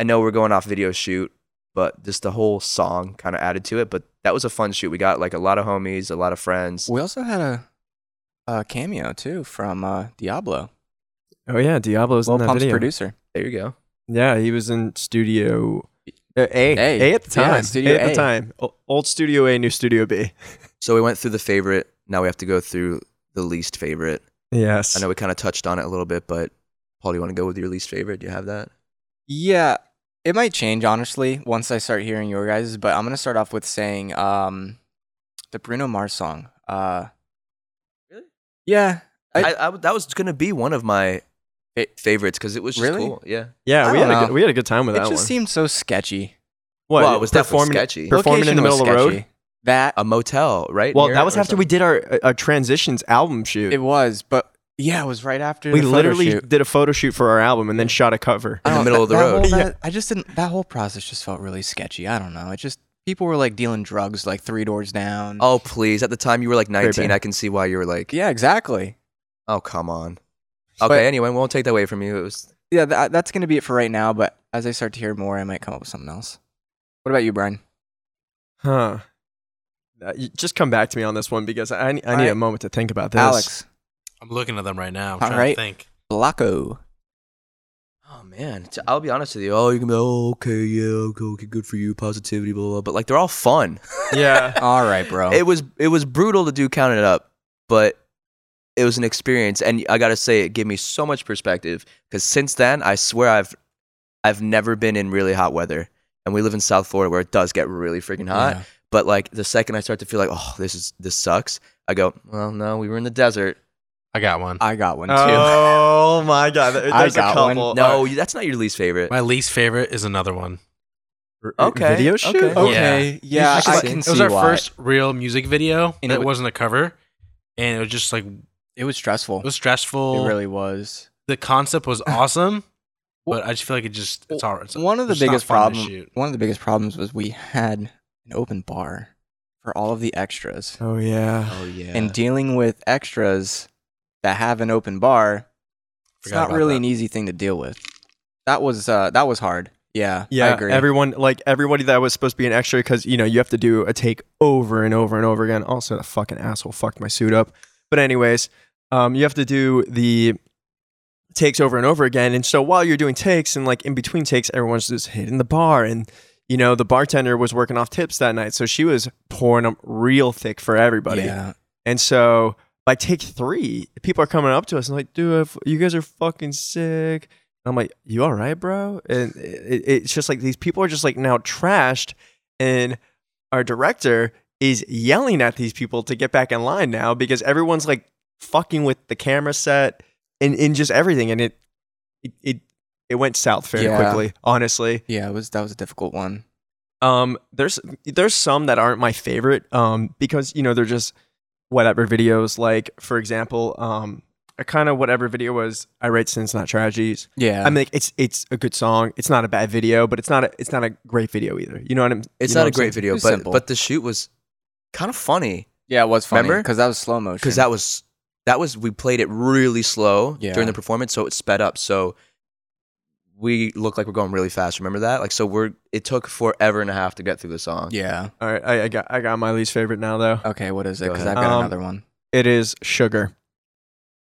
A: I know we're going off video shoot, but just the whole song kind of added to it. But that was a fun shoot. We got like a lot of homies, a lot of friends.
C: We also had a, a cameo too from uh, Diablo,
B: Oh yeah, Diablo's
C: Lil
B: in that
C: Pump's
B: video.
C: producer.
A: There you go.
B: Yeah, he was in Studio uh, A.
C: A.
B: at the
C: Yeah,
B: time.
C: Studio
B: a at the
C: A.
B: time. O- Old Studio A, new Studio B.
A: So we went through the favorite. Now we have to go through the least favorite.
B: Yes.
A: I know we kind of touched on it a little bit, but Paul, do you want to go with your least favorite? Do you have that?
C: Yeah, it might change honestly once I start hearing your guys, but I'm gonna start off with saying um, the Bruno Mars song. Uh,
A: Really?
C: Yeah, I-
A: I, I, that was gonna be one of my fa- favorites because it was just
C: Really?
A: cool. Yeah,
B: Yeah,
C: I
B: we
C: don't
B: had a
C: know.
B: good, we had a good time with
C: it
B: that
C: just
B: one.
C: seemed so sketchy.
B: what?
A: Well, it was definitely
B: performing,
A: sketchy.
B: Performing in
C: Location
B: the
C: was
B: middle of the road. Oh,
C: sketchy. That
A: a motel, right?
B: Well,
A: near
B: that
A: it
B: was
A: or
B: after we
A: something?
B: did our uh, our transitions album shoot.
C: it was, but yeah, it was right after
B: we
C: the photo
B: literally
C: shoot.
B: did a photo shoot for our album and then shot a cover.
A: in the
C: don't-
A: middle of the
C: that
A: road.
C: whole-
B: Yeah.
C: that- I just didn't. That whole process just felt really sketchy. I don't know. It just people were like dealing drugs like three doors down.
A: Oh please! At the time you were like 19.
B: band.
A: I can see why you were like,
C: yeah, exactly.
A: oh come on. Okay.
C: But-
A: anyway, we won't take that away from you. It was
C: Yeah, tha- that's gonna be it for right now. But as I start to hear more, I might come up with something else. What about you, Brian?
B: Huh. Uh, you- just come back to me on this one because I, I need
C: Alright.
B: a moment to think about this.
C: Alex
E: I'm looking at them right now. I'm
C: All
E: trying
C: right.
E: to think.
C: Blocko.
A: Oh man, T- I'll be honest with you. Oh, you can be oh, okay, yeah, okay, okay, good for you, positivity, blah, blah, blah. But like, they're all fun. (laughs)
B: Yeah.
C: All right, bro.
A: It was it was brutal to do counting it up, but it was an experience, and I gotta say, it gave me so much perspective. Because since then, I swear I've I've never been in really hot weather, and we live in South Florida where it does get really freaking hot.
C: Yeah.
A: But like the second I start to feel like, oh, this is this sucks, I go, well, no, we were in the desert.
E: I got one.
C: I got one too.
B: oh my God. There-
C: (laughs) I
B: There's a
C: got one.
B: couple. Uh,
A: No, that's not your least favorite.
E: My least favorite is another one.
A: Okay,
B: Video
A: okay.
B: shoot.
A: Oh,
C: Okay. (laughs) Yeah,
A: You should
C: I
A: see.
C: can
A: It
E: It was
C: see
E: our
C: why.
E: first real music video,
C: And
E: and
C: it
E: it
C: wa-
E: wasn't a cover. And it was just like it
C: It was stressful.
E: was stressful.
C: It really was.
E: the
C: (laughs)
E: concept was awesome, but I just feel like it just it's all right. It's-
C: One of the
E: it's not
C: biggest
E: fun to
C: problems.
E: shoot.
C: One of the biggest problems was we had an open bar for all of the extras.
B: Oh yeah.
A: Oh yeah.
C: and dealing with extras that have an open bar it's
E: Forgot
C: not
E: about
C: really
E: that.
C: an easy thing to deal with that was uh that was hard yeah i
B: Yeah.
C: agree
B: Everyone like everybody that was supposed to be an extra because you know you have to do a take over and over and over again. Also, the fucking asshole fucked my suit up. But anyways, um, you have to do the takes over and over again. And so while you're doing takes and like in between takes, everyone's just hitting the bar. And you know the bartender was working off tips that night, so she was pouring them real thick for everybody.
C: yeah
B: And so by take three, people are coming up to us and like, dude, if- you guys are fucking sick. And I'm like, you all right, bro? And it, it- it's just like these people are just like now trashed. And our director is yelling at these people to get back in line now because everyone's like fucking with the camera set and, and just everything. And it, it, it, it went south very
C: Yeah.
B: quickly, honestly.
C: yeah it was that was a difficult one
B: Um, there's there's some that aren't my favorite. Um, because you know they're just whatever videos. Like for example, um, a kind of whatever video was I write sins not tragedies.
C: yeah
B: I mean, like, it's it's a good song. It's not a bad video, but it's not a it's not a great video either. You know what I'm?
A: it's
B: you know what
A: not a
B: I'm
A: great
B: saying?
A: video,
C: It's
A: but
C: simple.
A: but the shoot was kind of funny
C: yeah it was funny
A: Remember?
C: because that was slow motion
A: because that was that was we played it really slow
C: Yeah.
A: during the performance, so it sped up. So we look like we're going really fast. Remember that? Like so, we're it took forever and a half to get through the song.
C: yeah
B: All right, I, I got I got my least favorite now though.
A: Oh.
C: okay what is it
A: Go
C: because
A: ahead.
C: i've got
B: Um,
C: another one
B: It is sugar,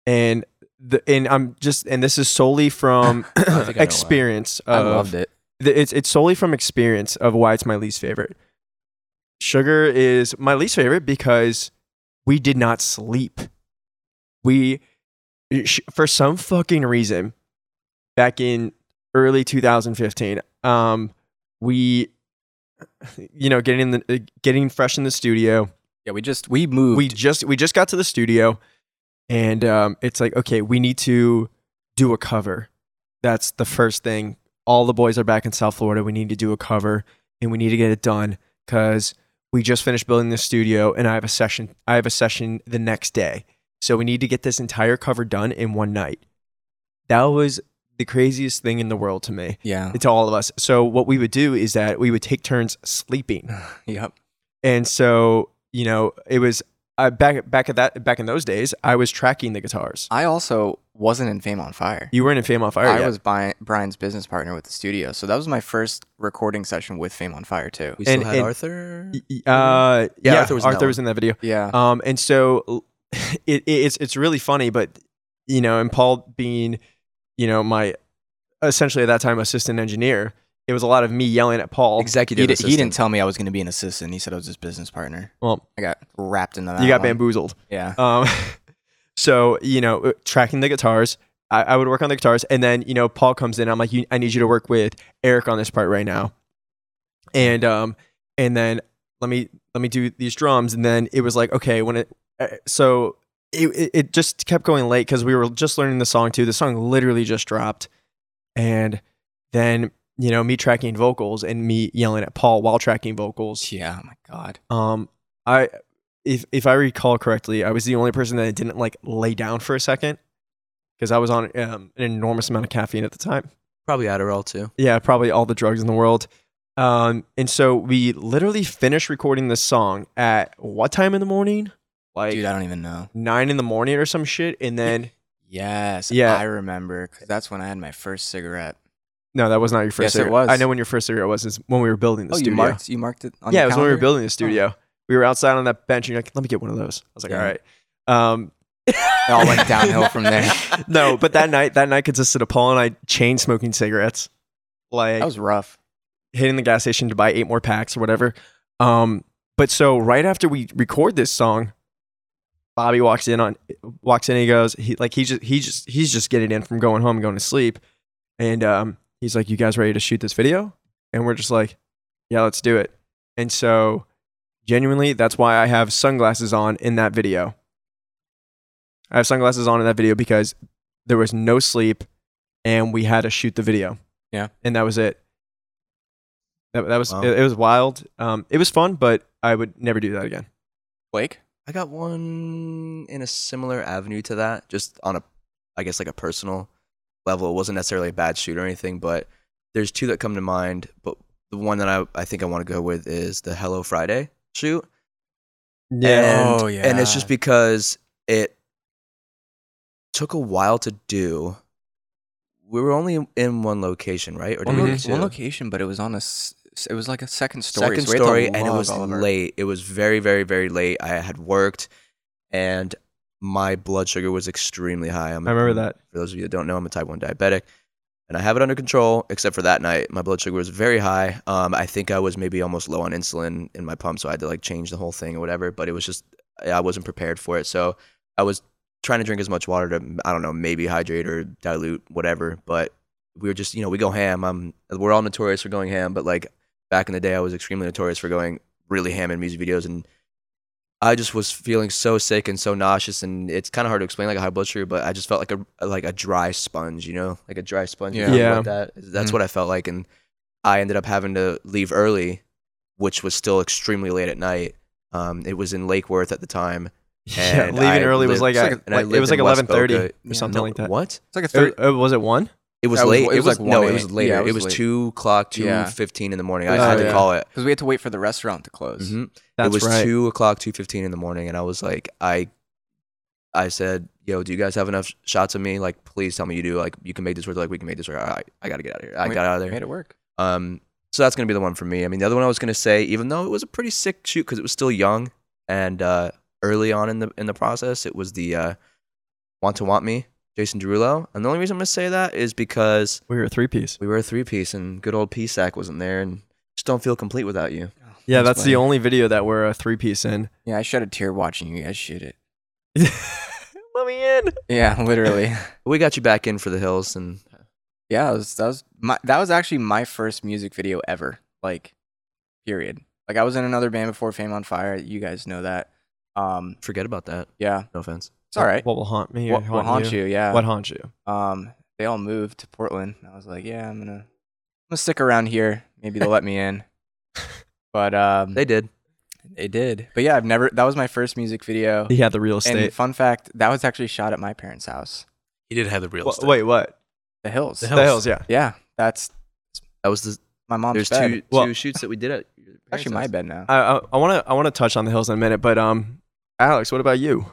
B: and the and I'm just and this is solely from
A: think (coughs) I know why.
B: experience.
C: i
B: of-
C: loved it
B: th- it's it's solely from experience of why it's my least favorite. Sugar is my least favorite because we did not sleep. We sh- for some fucking reason back in early 2015 um we you know getting in the getting fresh in the studio
C: yeah we just we moved
B: we just we just got to the studio and um, it's like okay we need to do a cover that's the first thing all the boys are back in South Florida. We need to do a cover and we need to get it done because we just finished building the studio and I have a session. I have a session the next day. So we need to get this entire cover done in one night. That was the craziest thing in the world to me.
C: Yeah.
B: To all of us. So what we would do is that we would take turns sleeping.
C: (laughs) Yep.
B: And so, you know, it was I back back at that back in those days, I was tracking the guitars.
C: I also wasn't in Fame on Fire.
B: You weren't in Fame on Fire.
C: I
B: yet.
C: was Brian, Brian's business partner with the studio, so that was my first recording session with Fame on Fire too.
A: We still
B: And-
A: had
B: and-
A: Arthur.
B: Y- y- Uh, yeah, Arthur was,
A: in that one.
B: in that video.
C: Yeah.
B: Um, and so l- (laughs) it, it- it's it's really funny, but you know, and Paul being, you know, my essentially at that time assistant engineer, it was a lot of me yelling at Paul.
A: Executive
C: He, di-
A: assistant.
C: he didn't tell me I was going to be an assistant. He said I was his business partner.
B: Well,
C: I got wrapped into that.
B: you got
C: one.
B: bamboozled.
C: Yeah.
B: Um, (laughs) so you know, uh, tracking the guitars. I, I would work on the guitars, and then you know, Paul comes in. I'm like, you, I need you to work with Eric on this part right now, and um, and then let me let me do these drums, and then it was like, okay, when it, uh, so it it- it just kept going late because we were just learning the song too. The song literally just dropped, and then you know, me tracking vocals and me yelling at Paul while tracking vocals.
C: Yeah. Oh my God.
B: Um, I if if I recall correctly, I was the only person that didn't like lay down for a second because I was on um, an enormous amount of caffeine at the time.
A: Probably Adderall too.
B: Yeah, probably all the drugs in the world. Um, and so we literally finished recording this song at what time in the morning? Like
C: Dude, I don't even know.
B: nine in the morning or some shit. And then
C: Yes.
B: Yeah.
C: I remember 'cause that's when I had my first cigarette.
B: no, that was not your first.
C: Yes, it
B: cigarette.
C: was.
B: I know when your first cigarette was. It's when we were building the
C: Oh,
B: studio.
C: you marked you marked it. on
B: yeah,
C: your
B: it was when we were
C: calendar?
B: building the studio. We were outside on that bench, and you're like, "Let me get one of those." I was like,
C: Yeah.
B: "All right." Um,
C: It all went downhill from there. (laughs)
B: no, but that night, that night consisted of Paul and I chain smoking cigarettes, like
C: That was rough.
B: hitting the gas station to buy eight more packs or whatever. Um, but so right after we record this song, Bobby walks in on walks in. And he goes, he like he just he just he's just getting in from going home, and going to sleep, and um, he's like, "You guys ready to shoot this video?" And we're just like, "Yeah, let's do it." And so, genuinely, that's why I have sunglasses on in that video. I have sunglasses on in that video because there was no sleep, and we had to shoot the video.
C: Yeah.
B: and that was it. That, that was
A: Wow.
B: it, it. Was wild. Um, it was fun, but I would never do that again.
C: Blake?
A: I got one in a similar avenue to that, just on a, I guess like a personal level. It wasn't necessarily a bad shoot or anything, but there's two that come to mind. But the one that I, I think I want to go with is the Hello Friday shoot. And,
C: Oh,
A: And it's just
C: yeah.
A: because it took a while to do. We were only in- in one location, right? Or did
C: One,
A: we
C: lo-
A: do two?
C: Mm-hmm. one location, but it was on a. s- It was like a second story.
A: second
C: so we had to
A: story, and it
C: lug
A: was
C: all of our-
A: late. It was very, very, very late. I had worked, and my blood sugar was extremely high. I'm
B: I remember that.
A: For those of you that don't know, I'm a type one diabetic, and I have it under control. Except for that night, my blood sugar was very high. Um, I think I was maybe almost low on insulin in my pump, so I had to like change the whole thing or whatever. But it was just I wasn't prepared for it, so I was trying to drink as much water to I don't know maybe hydrate or dilute whatever. But we were just you know we go ham. I'm we're all notorious for going ham, but like back in the day, I was extremely notorious for going really ham in music videos, and I just was feeling so sick and so nauseous, and it's kind of hard to explain like a high blood sugar, but I just felt like a like a dry sponge, you know, like a dry sponge.
C: Yeah.
A: you know,
B: Yeah.
A: Like that. That's what I felt like, and I ended up having to leave early, which was still extremely late at night. Um, it was in Lake Worth at the time.
B: (laughs) Yeah,
A: and
B: leaving
A: I
B: early was
A: lived-
B: like,
A: it's
B: at-
A: and I
B: like- it
A: lived
B: was like
A: in West
B: eleven thirty
A: Boca.
B: or something
A: No,
B: like that.
A: What?
C: It's like a third.
B: It- uh, was it one?
A: It was
C: That was-
A: late.
C: it was like
A: no.
C: 1
A: It
C: a.m.
A: was later.
C: Yeah,
A: it was,
C: late.
A: two o'clock, two
C: Yeah.
A: fifteen in the morning. I
B: Oh,
A: had to
B: yeah.
A: call it.
C: Because we had to wait for the restaurant to close.
A: Mhm.
B: That's
A: it was
B: right.
A: two o'clock, two fifteen in the morning, and I was like, I, I said, "Yo, do you guys have enough sh- shots of me? Like, please tell me you do. Like, you can make this work. Like, we can make this work. I, I gotta get out of here. I
C: We-
A: got out of
C: Made
A: there.
C: it work.
A: Um, so that's gonna be the one for me. I mean, the other one I was gonna say, even though it was a pretty sick shoot because it was still young and uh, early on in the in the process, it was the uh, "Want to Want Me" Jason Derulo, and the only reason I'm gonna say that is because
B: we were a three piece.
A: we were a three piece and good old PSAC wasn't there, and just don't feel complete without you.
B: Yeah, that's, the
C: funny.
B: only video that we're a three piece (laughs) in.
C: Yeah, I shed a tear watching you guys shoot it.
B: Let me in.
C: Yeah, literally.
A: But we got you back in for the hills and.
C: yeah, it was, that was my that was actually my first music video ever. Like, period. Like I was in another band before Fame on Fire. You guys know that. Um,
A: Forget about that.
C: yeah,
A: No offense.
C: it's all right.
B: What will haunt me? or
C: What, what haunts you? Yeah.
B: What haunts you?
C: Um, they all moved to Portland. I was like, yeah, I'm gonna gonna stick around here. Maybe they'll let me
B: (laughs)
C: in. But um,
A: They did.
C: They did. But yeah, I've never. That was my first music video.
B: He had the real
C: And
B: estate.
C: fun fact, that was actually shot at my parents' house,
E: He did have the real
B: Wha-
E: estate.
B: wait, what?
C: the hills.
E: The
B: The hills, yeah.
C: Yeah, that's
A: That was the.
C: my mom's
A: There's
C: bed.
A: two
B: Well-
A: two shoots that we did at. your parents'
C: (laughs) actually, my
A: house.
C: bed now.
B: I I- I want to I want to touch on the hills in a minute, but um, Alex, what about you?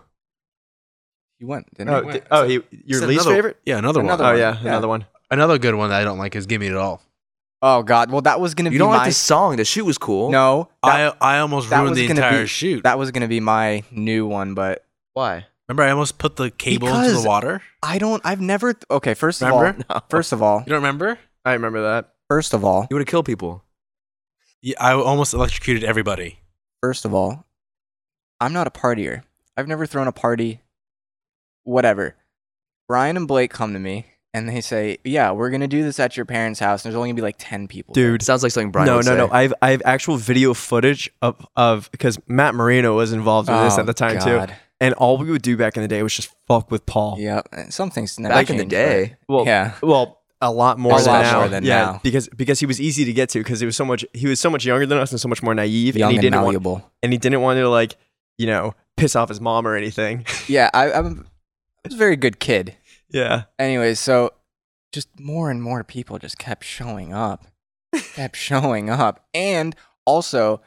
C: you went, didn't
B: Oh,
C: you?
E: went.
B: d- oh, he, your
E: Said
B: least
E: another-
B: favorite?
E: Yeah, another,
C: Another
E: one.
B: Oh
C: one,
B: yeah,
C: yeah.
B: another one.
E: Another good one that I don't like is "Give Me It All."
C: Oh God. Well, that was gonna
A: You
C: be
A: don't
C: my
A: like the song. The shoot was cool.
C: no. That,
E: I I almost
C: that
E: ruined
C: was
E: the
C: gonna
E: entire
C: be-
E: shoot.
C: that was gonna be my new one, but (laughs)
A: Why?
E: Remember, I almost put the cable into
C: Because-
E: the water.
C: I don't. I've never. th- okay, first of
E: Remember?
C: all, first of all,
E: You don't remember?
B: I remember that.
C: first of all,
A: You would have killed people.
E: Yeah, I almost electrocuted everybody.
C: first of all, I'm not a partier. I've never thrown a party. Whatever. Brian and Blake come to me and they say, "Yeah, we're gonna do this at your parents' house, and there's only gonna be like ten people." there."
A: It sounds like something Brian
B: no,
A: would
B: no,
A: say.
B: no. I've I have actual video footage of of because Matt Marino was involved in this
C: Oh,
B: at the time too,
C: God.
B: and all we would do back in the day was just fuck with Paul.
C: Yeah, and eh, some things never
A: Back in the
C: change,
A: day,
C: but-
B: Well,
C: yeah,
B: well, a lot more,
C: A
B: than,
C: lot
B: now.
C: more than
B: yeah,
C: now.
B: because because he was easy to get to because he was so much he was so much younger than us and so much more naive,
C: young
B: and he
C: and
B: didn't want
C: malleable.
B: and he didn't want to like you know piss off his mom or anything. (laughs)
C: yeah, I, I'm. I was a very good kid.
B: yeah,
C: Anyway, so just more and more people just kept showing up,
B: (laughs)
C: kept showing up, and also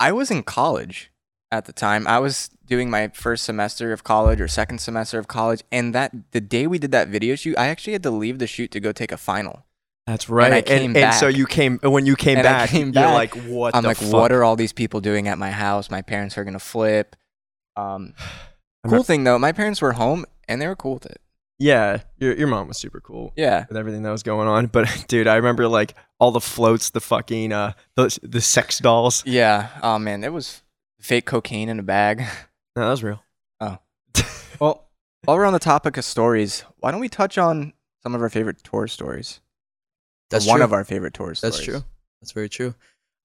C: I was in college at the time. I was doing my first semester of college or second semester of college, and that the day we did that video shoot, I actually had to leave the shoot to go take a final.
B: that's right.
C: came
B: and, so
C: back.
B: you came when you came
C: And I
B: back,
C: came
B: you're
C: back.
B: like, what?
C: I'm
B: the
C: like,
B: fuck?
C: what are all these people doing at my house? My parents are gonna flip. Um,
B: (sighs) I'm
C: cool
B: not-
C: thing though, my parents were home and they were cool with it.
B: Yeah, your your mom was super cool.
C: Yeah.
B: with everything that was going on. (laughs) But dude, I remember like all the floats, the fucking uh, the the sex dolls.
C: Yeah. Oh man, it was fake cocaine in a bag.
B: No, that was real.
C: Oh.
B: (laughs)
C: Well, while we're on the topic of stories, why don't we touch on some of our favorite tour stories?
A: that's
C: one
A: true.
C: of our favorite tour stories.
A: That's true. That's very true.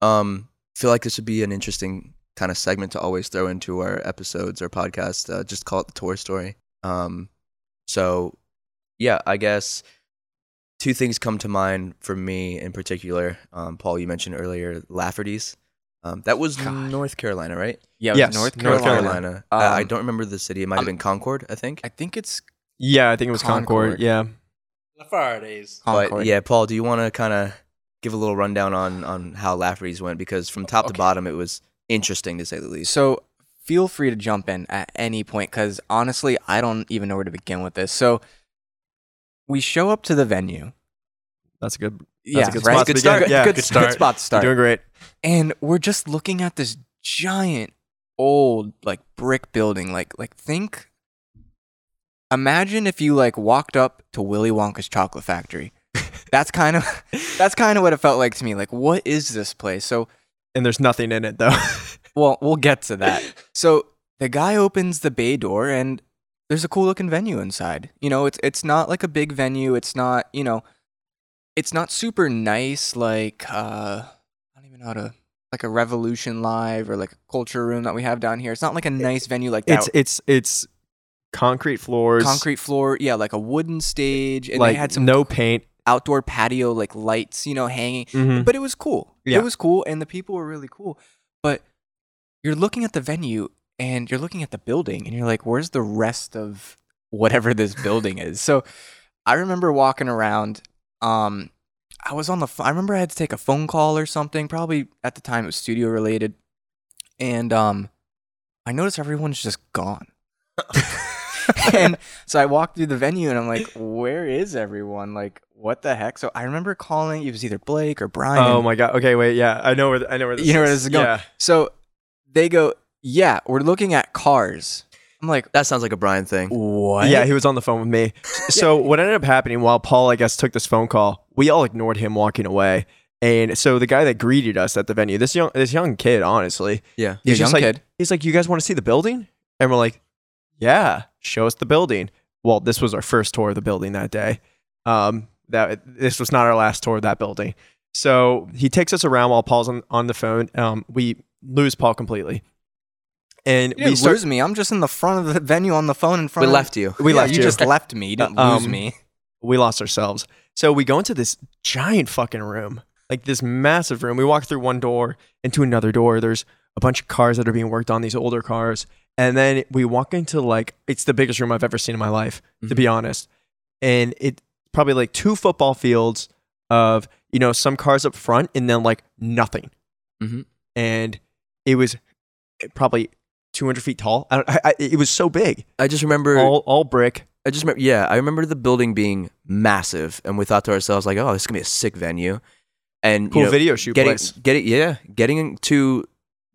A: Um, I feel like this would be an interesting kind of segment to always throw into our episodes or podcasts. Uh, just call it the tour story. Um, so, yeah, I guess two things come to mind for me in particular. Um, Paul, you mentioned earlier Lafferty's. Um, that was
C: God.
A: North Carolina, right?
C: Yeah, it was
B: Yes,
C: North Carolina.
B: North
A: North Carolina. I- I
C: Um,
A: don't remember the city. It might have
C: I'm-
A: been Concord, I think.
C: I think it's
B: Yeah, I think it was Concord.
C: Concord.
B: Yeah,
E: The fire days.
C: Concord.
A: But yeah, Paul, do you want to kind of give a little rundown on on how Lafferty's went? Because from top
C: Okay.
A: to bottom, it was interesting to say the least.
C: So feel free to jump in at any point because honestly, I don't even know where to begin with this. So we show up to the venue.
B: that's a good.
C: Yeah,
B: a good
C: right?
B: spot to
C: good,
B: begin.
C: start,
B: Yeah.
C: good,
E: Good
C: start.
E: start.
C: Good spot to
B: You're
C: start.
B: doing great.
C: and we're just looking at this giant old like brick building like like think imagine if you like walked up to willy wonka's chocolate factory that's kind of that's kind of what it felt like to me like what is this place so
B: And there's nothing
C: (laughs)
B: in it though.
C: well we'll get to that (laughs) so the guy opens the bay door and there's a cool looking venue inside you know it's it's not like a big venue it's not you know it's not super nice like uh i don't even know how to like a revolution live or like a culture room that we have down here it's not like a nice venue like that
B: it's it's it's concrete floors,
C: concrete floor yeah like a wooden stage and
B: like
C: they had some
B: no paint.
C: outdoor patio like lights you know hanging
B: Mhm.
C: but it was cool.
B: Yeah.
C: It was cool, and the people were really cool. But you're looking at the venue and you're looking at the building, and you're like, where's the rest of whatever this building is? So I remember walking around. Um, I was on the. ph- I remember I had to take a phone call or something. Probably at the time it was studio related, and um, I noticed everyone's just gone. (laughs) and so I walked through the venue and I'm like, where is everyone? Like, what the heck? So I remember calling. It was either Blake or Brian.
B: Oh my god. Okay, wait. Yeah, I know where th- I know where this.
C: You know where this is going.
B: Yeah.
C: So they go, yeah, we're looking at cars. I'm like,
A: That sounds like a Brian thing.
C: what?
B: Yeah, he was on the phone
C: (laughs)
B: with me. So what ended up happening while Paul, I guess, took this phone call, we all ignored him walking away. And so the guy that greeted us at the venue, this young this young kid, honestly,
A: Yeah.
C: Yeah,
B: he's just
C: young
B: like,
C: kid.
B: He's like, "You guys want to see the building?" And we're like, "Yeah, show us the building." Well, this was our first tour of the building that day. Um, that this was not our last tour of that building. So he takes us around while Paul's on, on the phone. Um, we lose Paul completely, and
C: You
B: we
C: didn't
B: start.
C: lose me. I'm just in the front of the venue on the phone in
A: We
C: front. of
A: left you.
B: we
C: Yeah,
B: left
C: you.
B: you.
C: just left me. You didn't
B: Uh,
C: lose
B: um,
C: me.
B: we lost ourselves. So we go into this giant fucking room, like this massive room. We walk through one door into another door. There's a bunch of cars that are being worked on, these older cars. And then we walk into like, it's the biggest room I've ever seen in my life, to be honest. And it's probably like two football fields of, you know, some cars up front and then like nothing.
A: Mhm.
B: And it was probably 200 feet tall. I don't, I, I, it was so big,
A: I just remember.
B: all, all brick.
A: I just remember. Yeah, I remember the building being massive, and we thought to ourselves like, "Oh, this is gonna be a sick venue." And you
B: Cool
A: know,
B: video shoot
A: getting,
B: place.
A: Getting, yeah, getting into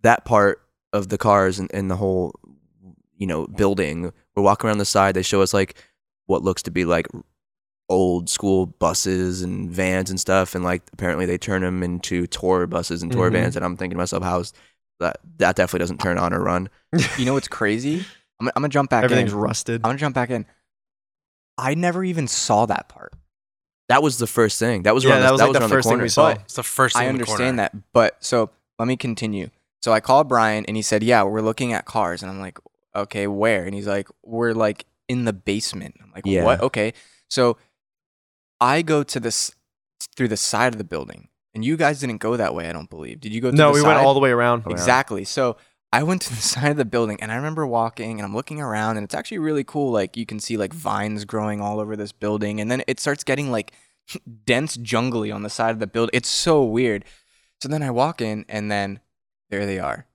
A: that part of the cars and, and the whole, you know, building. We're walking around the side. They show us like what looks to be like old school buses and vans and stuff. And like apparently they turn them into tour buses and tour
B: Mhm.
A: vans. And I'm thinking to myself, how's that? That definitely doesn't turn on or run.
B: (laughs)
C: You know what's crazy? I'm, I'm gonna jump back
B: Everything's
C: in.
B: rusted.
C: I'm gonna jump back in. I never even saw that part.
A: That was the first thing. That was
B: Yeah,
A: around
B: that
A: the,
B: was,
A: that
B: like,
A: was
B: the
A: around the
B: first thing
A: corner.
B: we saw.
E: It's the first thing
C: I
E: in the corner.
C: understand that, but so let me continue. So I called Brian and he said, "Yeah, we're looking at cars." And I'm like, "Okay, where?" And he's like, "We're like in the basement." I'm like,
A: Yeah.
C: "What?" Okay. So I go to this through the side of the building. And you guys didn't go that way, I don't believe. Did you go through
B: No,
C: the
B: we
C: side?
B: went all the way around.
A: around.
C: Exactly. So I went to (laughs) the side of the building and I remember walking and I'm looking around and it's actually really cool. Like you can see like vines growing all over this building and then it starts getting like (laughs) dense jungly on the side of the building. It's so weird. So then I walk in and then there they are.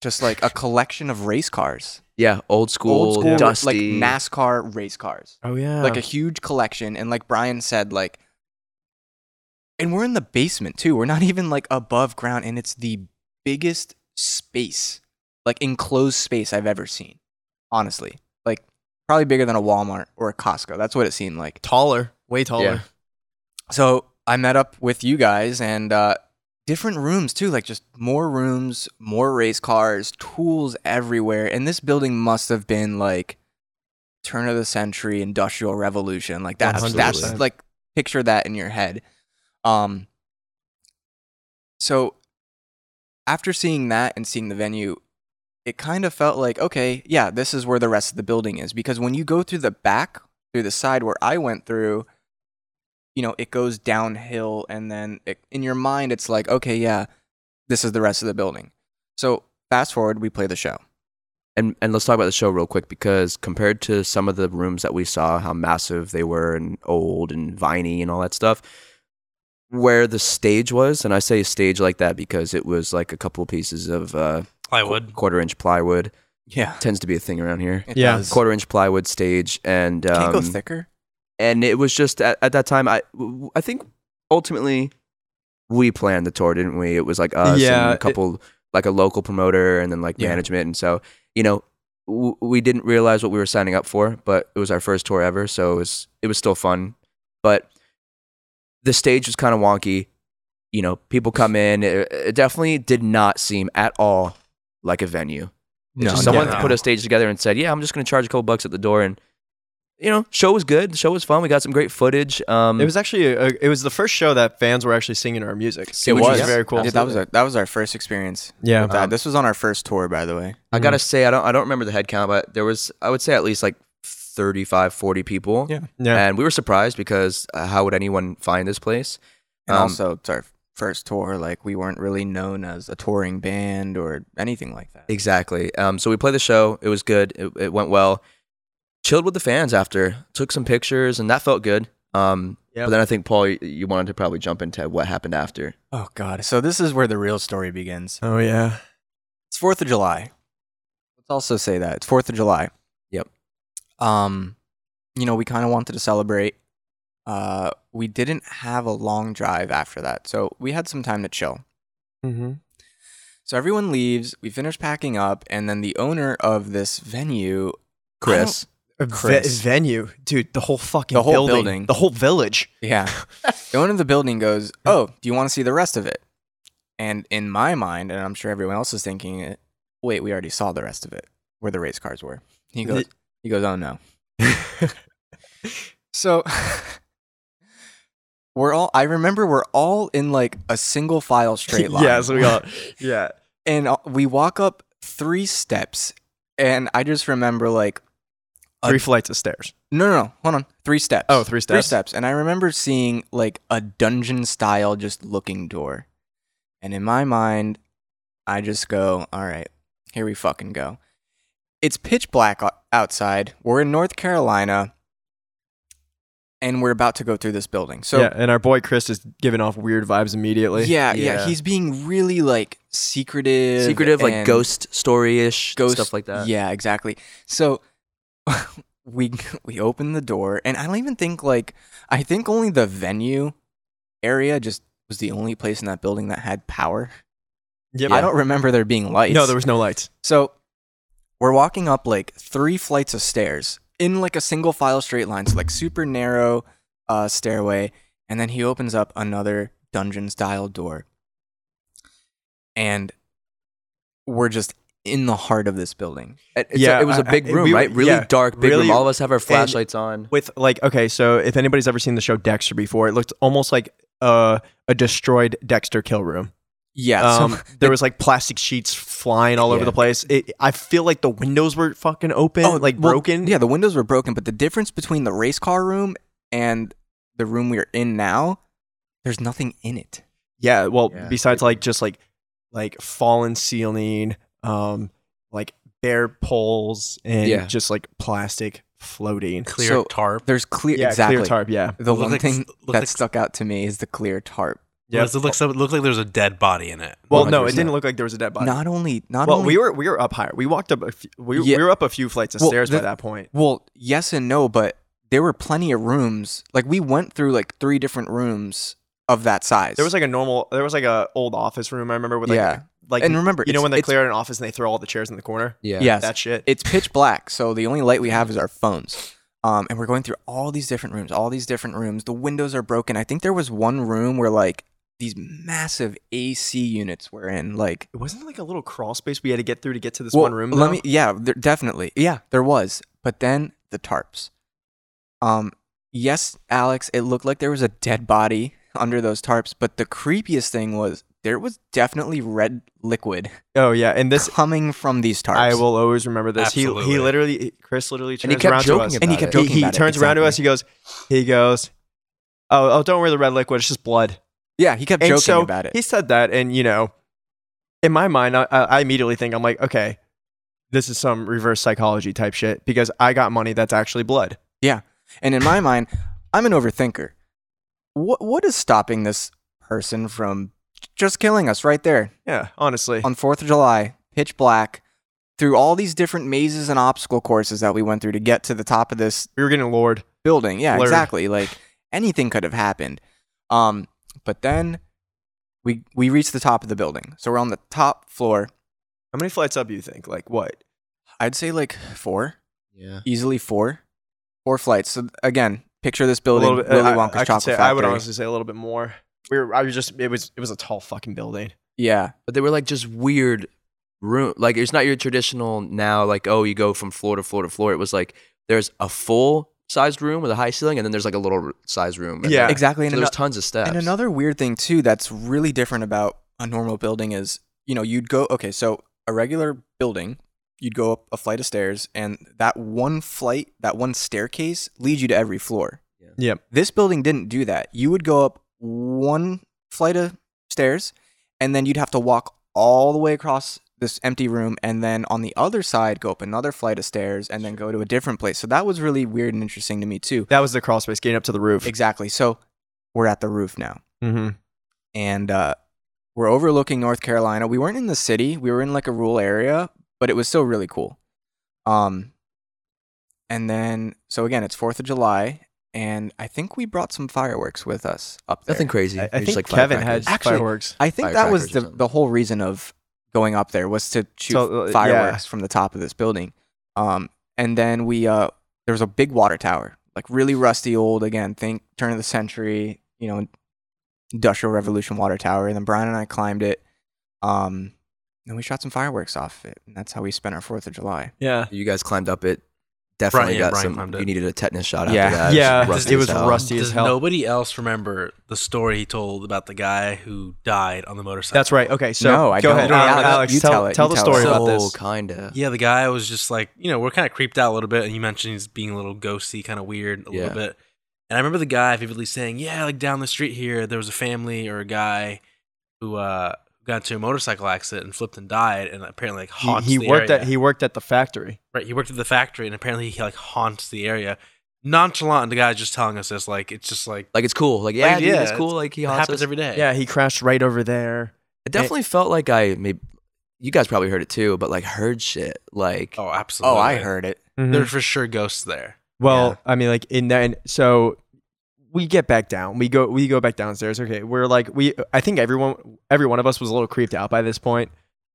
C: Just like a collection of race cars.
A: Yeah, old school,
C: Old school
A: dusty.
C: like NASCAR race cars
B: Oh yeah.
C: like a huge collection and like brian said like and we're in the basement too we're not even like above ground and it's the biggest space like enclosed space i've ever seen honestly like probably bigger than a walmart or a costco that's what it seemed like
B: taller, way taller.
A: Yeah.
C: so i met up with you guys and uh different rooms too like just more rooms more race cars tools everywhere and this building must have been like turn of the century industrial revolution like that's that's
B: 100%.
C: like picture that in your head um so after seeing that and seeing the venue it kind of felt like okay yeah this is where the rest of the building is because when you go through the back through the side where i went through you know it goes downhill and then it, in your mind it's like okay yeah this is the rest of the building so fast forward we play the show
A: and and let's talk about the show real quick because compared to some of the rooms that we saw, how massive they were and old and viney and all that stuff, where the stage was, and I say stage like that because it was like a couple pieces of uh,
E: Plywood.
A: quarter inch plywood
C: yeah
A: tends to be a thing around here.
C: it
B: Yeah.
C: does.
A: Quarter inch plywood stage, and um,
C: can it go thicker
A: and it was just at, at that time. I I think ultimately we planned the tour, didn't we? It was like us
B: Yeah,
A: and a
B: it-
A: couple, like a local promoter, and then like
C: Yeah.
A: management, and so you know w- we didn't realize what we were signing up for, but it was our first tour ever, so it was it was still fun, but the stage was kind of wonky. You know, people come in. It, it definitely did not seem at all like a venue.
C: No,
A: Just someone
E: no.
A: put a stage together and said, "Yeah, I'm just going to charge a couple bucks at the door." And you know, show was good. The show was fun. We got some great footage. Um,
B: It was actually a, a- it was the first show that fans were actually singing our music.
A: It
B: which
A: was.
B: very cool.
C: Yeah, that was our, that was our first experience.
B: Yeah.
C: with that. this was on our first tour, by the way.
A: I gotta say, I don't, I don't remember the head count, but there was, I would say, at least like 35, 40 people.
C: Yeah.
B: yeah.
A: And we were surprised because uh, how would anyone find this place?
C: And
A: Um,
C: also, it's our first tour. Like we weren't really known as a touring band or anything like that.
A: Exactly. Um, so we played the show. It was good. It, it went well. Chilled with the fans after. Took some pictures, and that felt good. Um,
B: Yep.
A: But then I think Paul, you, you wanted to probably jump into what happened after.
C: Oh God! So this is where the real story begins.
B: Oh yeah.
C: It's Fourth of July. Let's also say that it's Fourth of July.
A: Yep.
C: Um, you know, we kind of wanted to celebrate. Uh, we didn't have a long drive after that, so we had some time to chill.
B: Mm-hmm.
C: So everyone leaves. We finish packing up, and then the owner of this venue,
A: Chris,
C: Chris.
B: venue, dude. The whole fucking
C: The whole
B: building,
C: building.
B: the whole
C: (laughs)
B: village. (laughs)
C: Yeah. the owner of the building goes, Oh, do you want to see the rest of it? And in my mind, and I'm sure everyone else is thinking it, wait, we already saw the rest of it where the race cars were. He goes, he goes, Oh
B: (laughs)
C: no. So (laughs) we're all I remember we're all in like a single file straight line.
B: (laughs) yeah. So we got yeah.
C: and uh, we walk up three steps and i just remember like a-
B: Three flights of stairs.
C: No, no, no. Hold on. Three steps.
B: Oh,
C: Three
B: three steps.
C: steps. And I remember seeing like a dungeon style just looking door. And in my mind, I just go, all right, here we fucking go. It's pitch black o- outside. We're in North Carolina and we're about to go through this building. So,
B: yeah, and our boy Chris is giving off weird vibes immediately.
C: yeah, yeah,
A: Yeah.
C: He's being really like secretive.
A: Secretive, like
C: and-
A: ghost story ish
C: ghost
A: stuff like that.
C: Yeah, exactly. So (laughs) we we open the door, and I don't even think like I think only the venue area just was the only place in that building that had power.
B: Yep.
C: I don't remember there being lights.
B: No, there was no lights.
C: So we're walking up like three flights of stairs in like a single file straight line, so like super narrow uh, stairway, and then he opens up another dungeon style door, and we're just in the heart of this building. It, it's a-
B: Yeah,
A: it was a
B: I-
A: big
B: I-
A: room,
B: we were-
A: right? Really
B: yeah,
A: dark, big
B: really-
A: room. All of us have our flashlights on.
B: With like, okay, so if anybody's ever seen the show Dexter before, it looked almost like uh, a destroyed Dexter kill room.
C: Yeah, so- (laughs)
B: Um, there was like plastic sheets flying all over
A: Yeah.
B: the place. It, I feel like the windows were fucking open, oh, like
C: Oh, well,
B: broken.
C: Yeah, the windows were broken, but the difference between the race car room and the room we're in now, there's nothing in it.
B: Yeah, well,
A: Yeah.
B: besides like just like like fallen ceiling, um, like bare poles and
A: Yeah.
B: just like plastic floating.
E: Clear
C: So-
E: tarp.
C: There's clear
B: yeah,
C: E, exactly.
B: clear tarp. Yeah,
C: The
E: Looked
C: one
E: like-
C: thing
E: looked
C: that
E: like-
C: stuck out to me is the clear tarp.
E: Yeah,
B: yeah.
E: it looks it looked like there was a dead body in it.
B: Well, no, it
A: 100%.
B: didn't look like there was a dead body.
C: Not only, not
B: well,
C: only.
B: we were we were up higher. We walked up. A few, we,
C: Yeah.
B: we were up a few flights of
C: Well,
B: stairs
C: the-
B: by that point.
C: well, yes and no, but there were plenty of rooms. Like we went through like three different rooms of that size.
B: There was like a normal. There was like a old office room. I remember with like
C: yeah,
B: like
C: and remember,
B: you know
C: it's-
B: when they
C: it's-
B: clear out an office and they throw all the chairs in the corner.
A: Yeah.
C: yes,
B: that shit.
C: it's pitch black, so the only light we have is our phones. Um, and we're going through all these different rooms, all these different rooms. The windows are broken. I think there was one room where like these massive AC units were in. Like
B: it wasn't like a little crawl space we had to get through to get to this
C: Well,
B: one room.
C: Let
B: though?
C: me. Yeah, there, definitely. Yeah, there was. But then the tarps. Um. Yes, Alex. It looked like there was a dead body under those tarps. But the creepiest thing was there was definitely red liquid
B: Oh yeah, and this
C: coming from these tarps.
B: I will always remember this. He
E: Absolutely.
B: he literally Chris literally
A: And he
B: turns around
A: kept
B: to
A: joking
B: us.
A: about
C: And he kept
A: it.
B: He,
C: joking
B: he
C: about it,
B: turns around to us. He goes, he goes, oh oh, don't worry the red liquid. It's just blood.
C: Yeah, he kept
B: And
C: joking
B: so
C: about it.
B: he said that, and you know, in my mind, I, I I immediately think I'm like, okay, this is some reverse psychology type shit because I got money that's actually blood.
C: And in my mind, I'm an overthinker. What what is stopping this person from just killing us right there
B: Yeah, honestly.
C: on 4th of July, pitch black, through all these different mazes and obstacle courses that we went through to get to the top of this
B: we were getting lured.
C: building. Yeah,
B: Blurred.
C: exactly. Like anything could have happened. Um, but then we we reached the top of the building. So we're on the top floor.
B: How many flights up do you think? Like what?
C: I'd say like 4,
A: Yeah.
C: easily 4. 4 flights. So again, picture this building,
B: a little bit.
C: Willy
B: I-
C: Wonka's
B: I, I, could
C: chocolate
B: say-
C: factory.
B: I would honestly say a little bit more. We were. I was just. It was. It was a tall fucking building.
C: yeah.
A: But they were like just weird room. Like it's not your traditional now. Like oh, you go from floor to floor to floor. It was like there's a full sized room with a high ceiling, and then there's like a little r- sized room. And
B: Yeah.
A: like-
C: Exactly.
A: so
C: And
A: there's
C: ano-
A: tons of steps.
C: And another weird thing too that's really different about a normal building is, you know, you'd go okay, so a regular building, you'd go up a flight of stairs and that one flight, that one staircase leads you to every floor.
A: Yeah.
B: Yep.
C: This building didn't do that. You would go up one flight of stairs and then you'd have to walk all the way across this empty room and then on the other side go up another flight of stairs and then go to a different place. So that was really weird and interesting to me too.
B: That was the crawl space getting up to the roof.
C: Exactly. So we're at the roof now
B: Mm-hmm.
C: and uh, we're overlooking North Carolina. We weren't in the city; we were in like a rural area, but it was still really cool. Um, and then so again, it's Fourth of July, and I think we brought some fireworks with us up there.
A: nothing crazy.
B: I, I
A: It was
B: think
A: like
B: Kevin had
A: firecrackers.
C: Actually,
B: fireworks.
C: I think that was
A: Firecrackers or
C: the
A: something.
C: the whole reason of going up there was to shoot
B: So, uh, yeah.
C: fireworks from the top of this building. Um, and then we uh, there was a big water tower, like really rusty old again. Think turn of the century, you know, industrial revolution water tower. And then Brian and I climbed it. Um, and we shot some fireworks off it, and that's how we spent our Fourth of July.
B: Yeah.
A: You guys climbed up it, definitely
E: Brian- yeah,
A: got
E: Brian
A: some.
E: climbed it.
A: You needed a tetanus shot
C: Yeah.
A: after that.
B: Yeah,
A: It's rusty
B: it
A: as
B: was
A: hell.
B: rusty as
E: Does
B: hell.
E: nobody else remember the story he told about the guy who died on the motorcycle?
B: That's right. Okay, so
C: No, I
B: go
C: don't.
B: ahead,
E: You don't
B: Al-
E: remember?
B: Alex.
C: You
B: tell,
C: tell it,
B: tell
C: you
B: the
C: tell it.
B: story about
A: So
B: this.
A: kinda.
E: Yeah, the guy was just like, you know, we're kind of creeped out a little bit, and you mentioned he's being a little ghosty, kind of weird a
A: Yeah.
E: little bit. And I remember the guy vividly saying, "Yeah, like down the street here, there was a family or a guy who uh, got into a motorcycle accident and flipped and died, and apparently like
B: He,
E: haunts
B: he
E: the
B: worked
E: area.
B: at he worked at the factory.
E: right, he worked at the factory, and apparently he like haunts the area." Nonchalant, the guy's just telling us this, like it's just like
A: Like it's cool. Like yeah, dude,
E: yeah,
A: it's cool. Like he
E: it
A: haunts
E: happens
A: us.
E: every day.
B: Yeah, he crashed right over there.
A: It definitely felt like I maybe you guys probably heard it too, but like heard shit. Like
E: Oh, absolutely.
C: Oh, I heard it.
B: Mm-hmm.
E: There are for sure ghosts there.
B: Well, I mean, like in that, and so we get back down. We go, we go back downstairs. Okay, we're like, we. I think everyone, every one of us was a little creeped out by this point.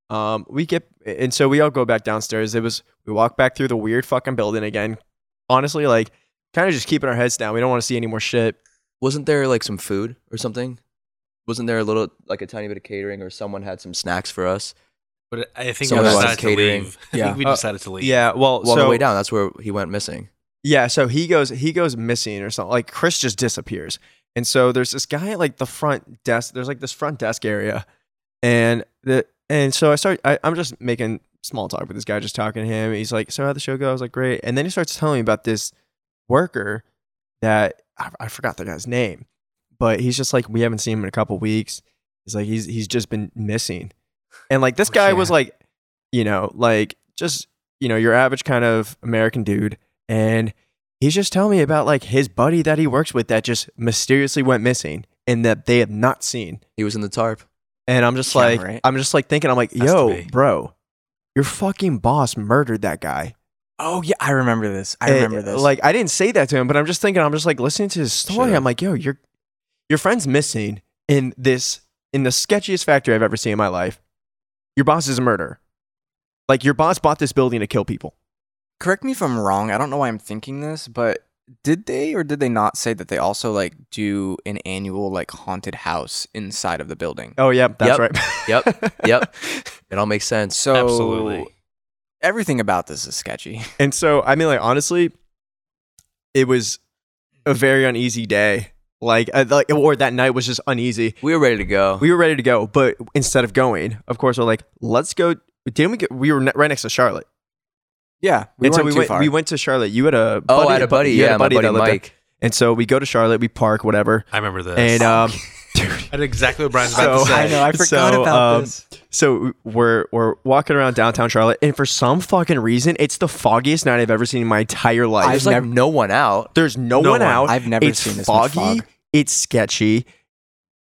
B: Um, we get, and so we all go back downstairs. It was we walk back through the weird fucking building again. Honestly, like, kind of just keeping our heads down. We don't want to see any more shit.
A: wasn't there like some food or something? Wasn't there a little like a tiny bit of catering or someone had some snacks for us?
E: But I think
A: Some
E: we
A: of it was
E: decided to
A: catering.
E: leave. (laughs) I
C: Yeah.
E: think we
B: Uh,
E: decided to leave.
B: Yeah. Well,
A: Well, on
B: so
A: the way down, that's where he went missing.
B: Yeah, so he goes he goes missing or something. Like Chris just disappears. And so there's this guy at like the front desk. There's like this front desk area. And the and so I start I, I'm just making small talk with this guy, just talking to him. He's like, So how'd the show go? I was like, Great. And then he starts telling me about this worker that I, I forgot the guy's name. But he's just like, We haven't seen him in a couple weeks. He's like, he's he's just been missing. And like this
C: Oh,
B: guy
C: yeah.
B: was like, you know, like just, you know, your average kind of American dude. And he's just telling me about like his buddy that he works with that just mysteriously went missing and that they have not seen.
A: He was in the tarp.
B: And I'm just
C: Yeah,
B: like,
C: right.
B: I'm just like thinking, I'm like,
E: Has to
B: yo,
E: be.
B: bro, your fucking boss murdered that guy.
C: Oh yeah, I remember this. I remember
B: And,
C: this.
B: Like, I didn't say that to him, but I'm just thinking, I'm just like listening to his story.
A: Sure.
B: I'm like, yo, your your friend's missing in this in the sketchiest factory I've ever seen in my life. Your boss is a murderer. Like your boss bought this building to kill people.
C: correct me if I'm wrong. I don't know why I'm thinking this, but did they or did they not say that they also like do an annual like haunted house inside of the
E: (laughs)
C: building?
B: Oh yeah, that's
A: Yep.
B: right.
A: Yep. Yep. It all makes
C: (laughs)
A: sense.
C: So
E: absolutely.
C: everything about this is sketchy.
B: (laughs) And so I mean, like honestly, it was a very uneasy day. Like, I, like or that night was just uneasy.
A: we were ready to go.
B: Uh-huh. We were ready to go, but instead of going, of course, we're like, let's go. Didn't we? Get, we were ne- right next to Charlotte.
C: Yeah, we weren't
B: and so we
C: too
B: went.
C: far.
B: We went to Charlotte. You had a
A: oh,
B: buddy,
A: I had a buddy.
B: you
A: Yeah,
B: had a
A: my
B: that
A: buddy
B: lived there.
A: Mike.
B: And so we go to Charlotte. We park, whatever.
E: I remember this.
B: And um,
E: I did exactly
C: (laughs)
E: what Brian's about
B: So-
E: to say.
B: I know, I forgot So, about um,
C: this.
B: so we're we're walking around downtown Charlotte, and for some fucking reason, it's the foggiest night I've ever seen in my entire life.
A: There's like no one out.
B: There's no,
E: No
B: one,
E: one.
B: out.
C: I've never
B: it's
C: seen this much
B: foggy.
C: fog.
B: It's sketchy.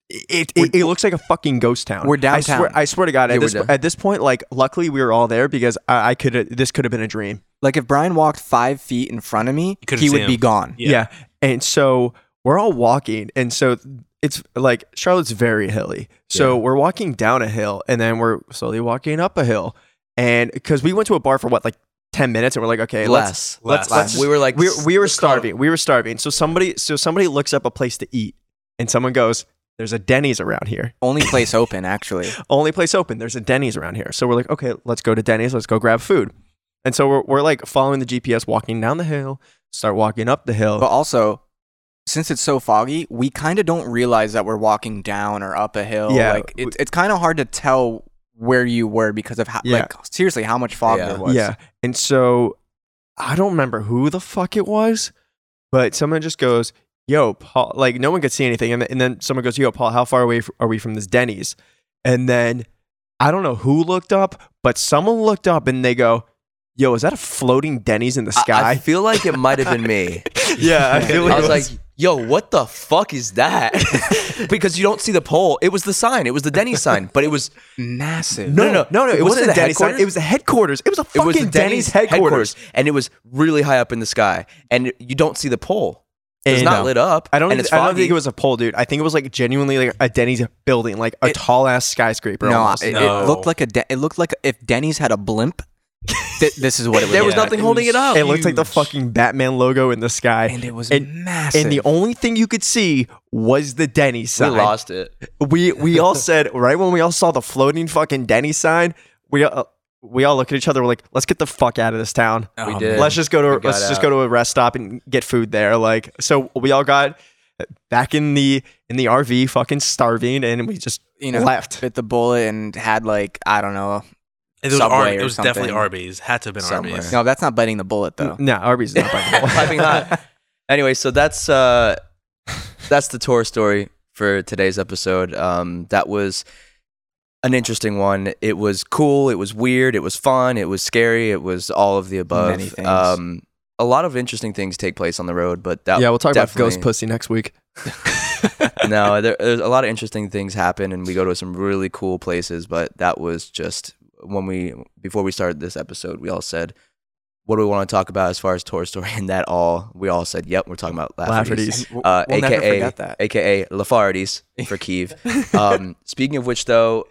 B: It, it, it looks like a fucking ghost town.
C: We're
B: I
C: downtown.
B: swear, I swear to God,
A: Yeah,
B: at
A: we're
B: this,
A: down-
B: at this point, like, luckily we were all there because I, I could. This could have been a dream.
C: Like if Brian walked five feet in front of me,
E: You couldn't
C: he
E: see
C: would be
E: him.
C: gone.
E: Yeah.
B: Yeah. And so we're all walking. And so it's like Charlotte's very hilly. So we're walking down a hill and then we're slowly walking up a hill. And because we went to a bar for what, like 10 minutes and we're like, okay, let's.
A: less.
E: let's-
B: let's
A: we were like
B: We, we were
A: let's call it-
B: starving. We were starving. So somebody, so somebody looks up a place to eat, and someone goes, "There's a Denny's around here.
E: (laughs)
C: Only place open, actually.
B: Only place open. There's a Denny's around here." So we're like, "Okay, let's go to Denny's. Let's go grab food." And so we're, we're like following the GPS, walking down the hill, start walking up the hill.
C: But also, since it's so foggy, we kind of don't realize that we're walking down or up a hill.
B: Yeah.
C: like it, it's kind of hard to tell where you were because of how
B: Yeah.
C: like seriously how much fog
A: Yeah.
C: there was.
B: Yeah. And so I don't remember who the fuck it was, but someone just goes, Yo, Paul, like no one could see anything. And, th- and then someone goes, Yo, Paul, how far away f- are we from this Denny's? And then I don't know who looked up, but someone looked up and they go, Yo, is that a floating Denny's in the
A: I- I,
B: sky? (laughs)
A: feel like it might have been me.
B: yeah. I, feel
A: I
B: it
A: was like, yo, what the fuck is that?
B: (laughs)
A: because you don't see the pole. It was the sign. It was the Denny sign, but it was
C: massive.
B: no, no, no, no. It, wasn't the Denny's. sign.
A: headquarters?
B: It was the headquarters. It was a
A: it
B: fucking
A: was the
B: Denny's, headquarters.
A: and it was really high up in the sky, and you don't see the pole. It's
B: And,
A: not
B: uh,
A: lit up.
B: I don't.
A: And
B: Even,
A: it's
B: I
A: foggy.
B: don't think it was a pole, dude. I think it was like genuinely like a Denny's building, like a tall ass skyscraper.
C: No,
B: almost.
C: it, it
E: No.
C: looked like a. De- it looked like if Denny's had a
B: (laughs)
C: blimp. th- this is what it was.
A: There was
E: Yeah,
A: nothing
E: it
A: holding it
E: was-
A: up.
B: It looked like the
E: Huge.
B: fucking Batman logo in the sky.
C: and it was
B: and-
C: massive.
B: And the only thing you could see was the Denny
A: we
B: sign.
A: lost it.
B: We we all said right when we all saw the floating fucking Denny sign, we uh, we all look at each other. We're like, let's get the fuck out of this town.
A: We
C: Oh,
A: did.
C: man.
B: Let's just go
A: I
B: to
A: got
B: let's just
A: out.
B: go to a rest stop and get food there. Like, so we all got back in the in the RV, fucking starving, and we just
C: you know,
B: left.
C: bit the bullet and had like I don't know.
E: It was,
C: Subway
E: Ar-
C: or
E: it was definitely
C: something.
E: Arby's. Had to have been
A: Somewhere.
E: Arby's.
C: No, that's not biting the bullet though.
A: Oh.
B: No, Arby's not.
A: (laughs)
B: by the way.
A: Probably not. Anyway, so that's uh, that's the tour story for today's episode. Um, that was an interesting one. It was cool. It was weird. It was fun. It was scary. It was all of the above.
C: Many things.
A: Um, a lot of interesting things take place on the road, but that
B: yeah, we'll talk about ghost
A: definitely-
B: pussy next (laughs)
A: (laughs)
B: week.
A: no, there, there's a lot of interesting things happen, and we go to some really cool places. But that was just when we before we started this episode, we all said, "What do we want to talk about as far as Toy Story?" And that all we all said, "Yep, we're talking about Lafferty's,
B: Lafferty's.
C: We'll,
A: Uh,
C: we'll never
A: AKA
C: forget that.
A: aka Lafarty's for Kiev." (laughs) um, speaking of which, though,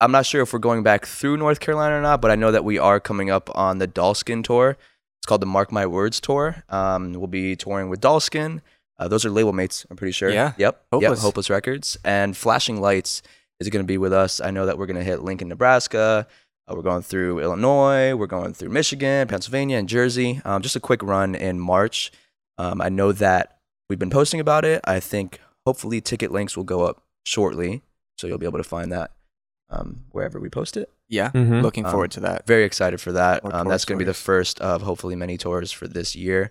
A: I'm not sure if we're going back through North Carolina or not, but I know that we are coming up on the Dollskin tour. It's called the Mark My Words tour. Um, we'll be touring with Dollskin. Uh, those are label mates, I'm pretty sure.
C: Yeah.
A: Yep. Yep.
C: Hopeless.
A: Hopeless Records and Flashing Lights is going to be with us. I know that we're going to hit Lincoln, Nebraska. Uh, we're going through Illinois. We're going through Michigan, Pennsylvania, and Jersey. Um, just a quick run in March. Um, I know that we've been posting about it. I think hopefully ticket links will go up shortly, so you'll be able to find that um, wherever we post it.
C: (laughs) yeah,
B: Mhm.
C: looking
A: Um,
C: forward to that.
A: Very excited for that.
C: Or
A: Um,
C: tour
A: that's going to be the
C: stories.
A: first of hopefully many tours for this year.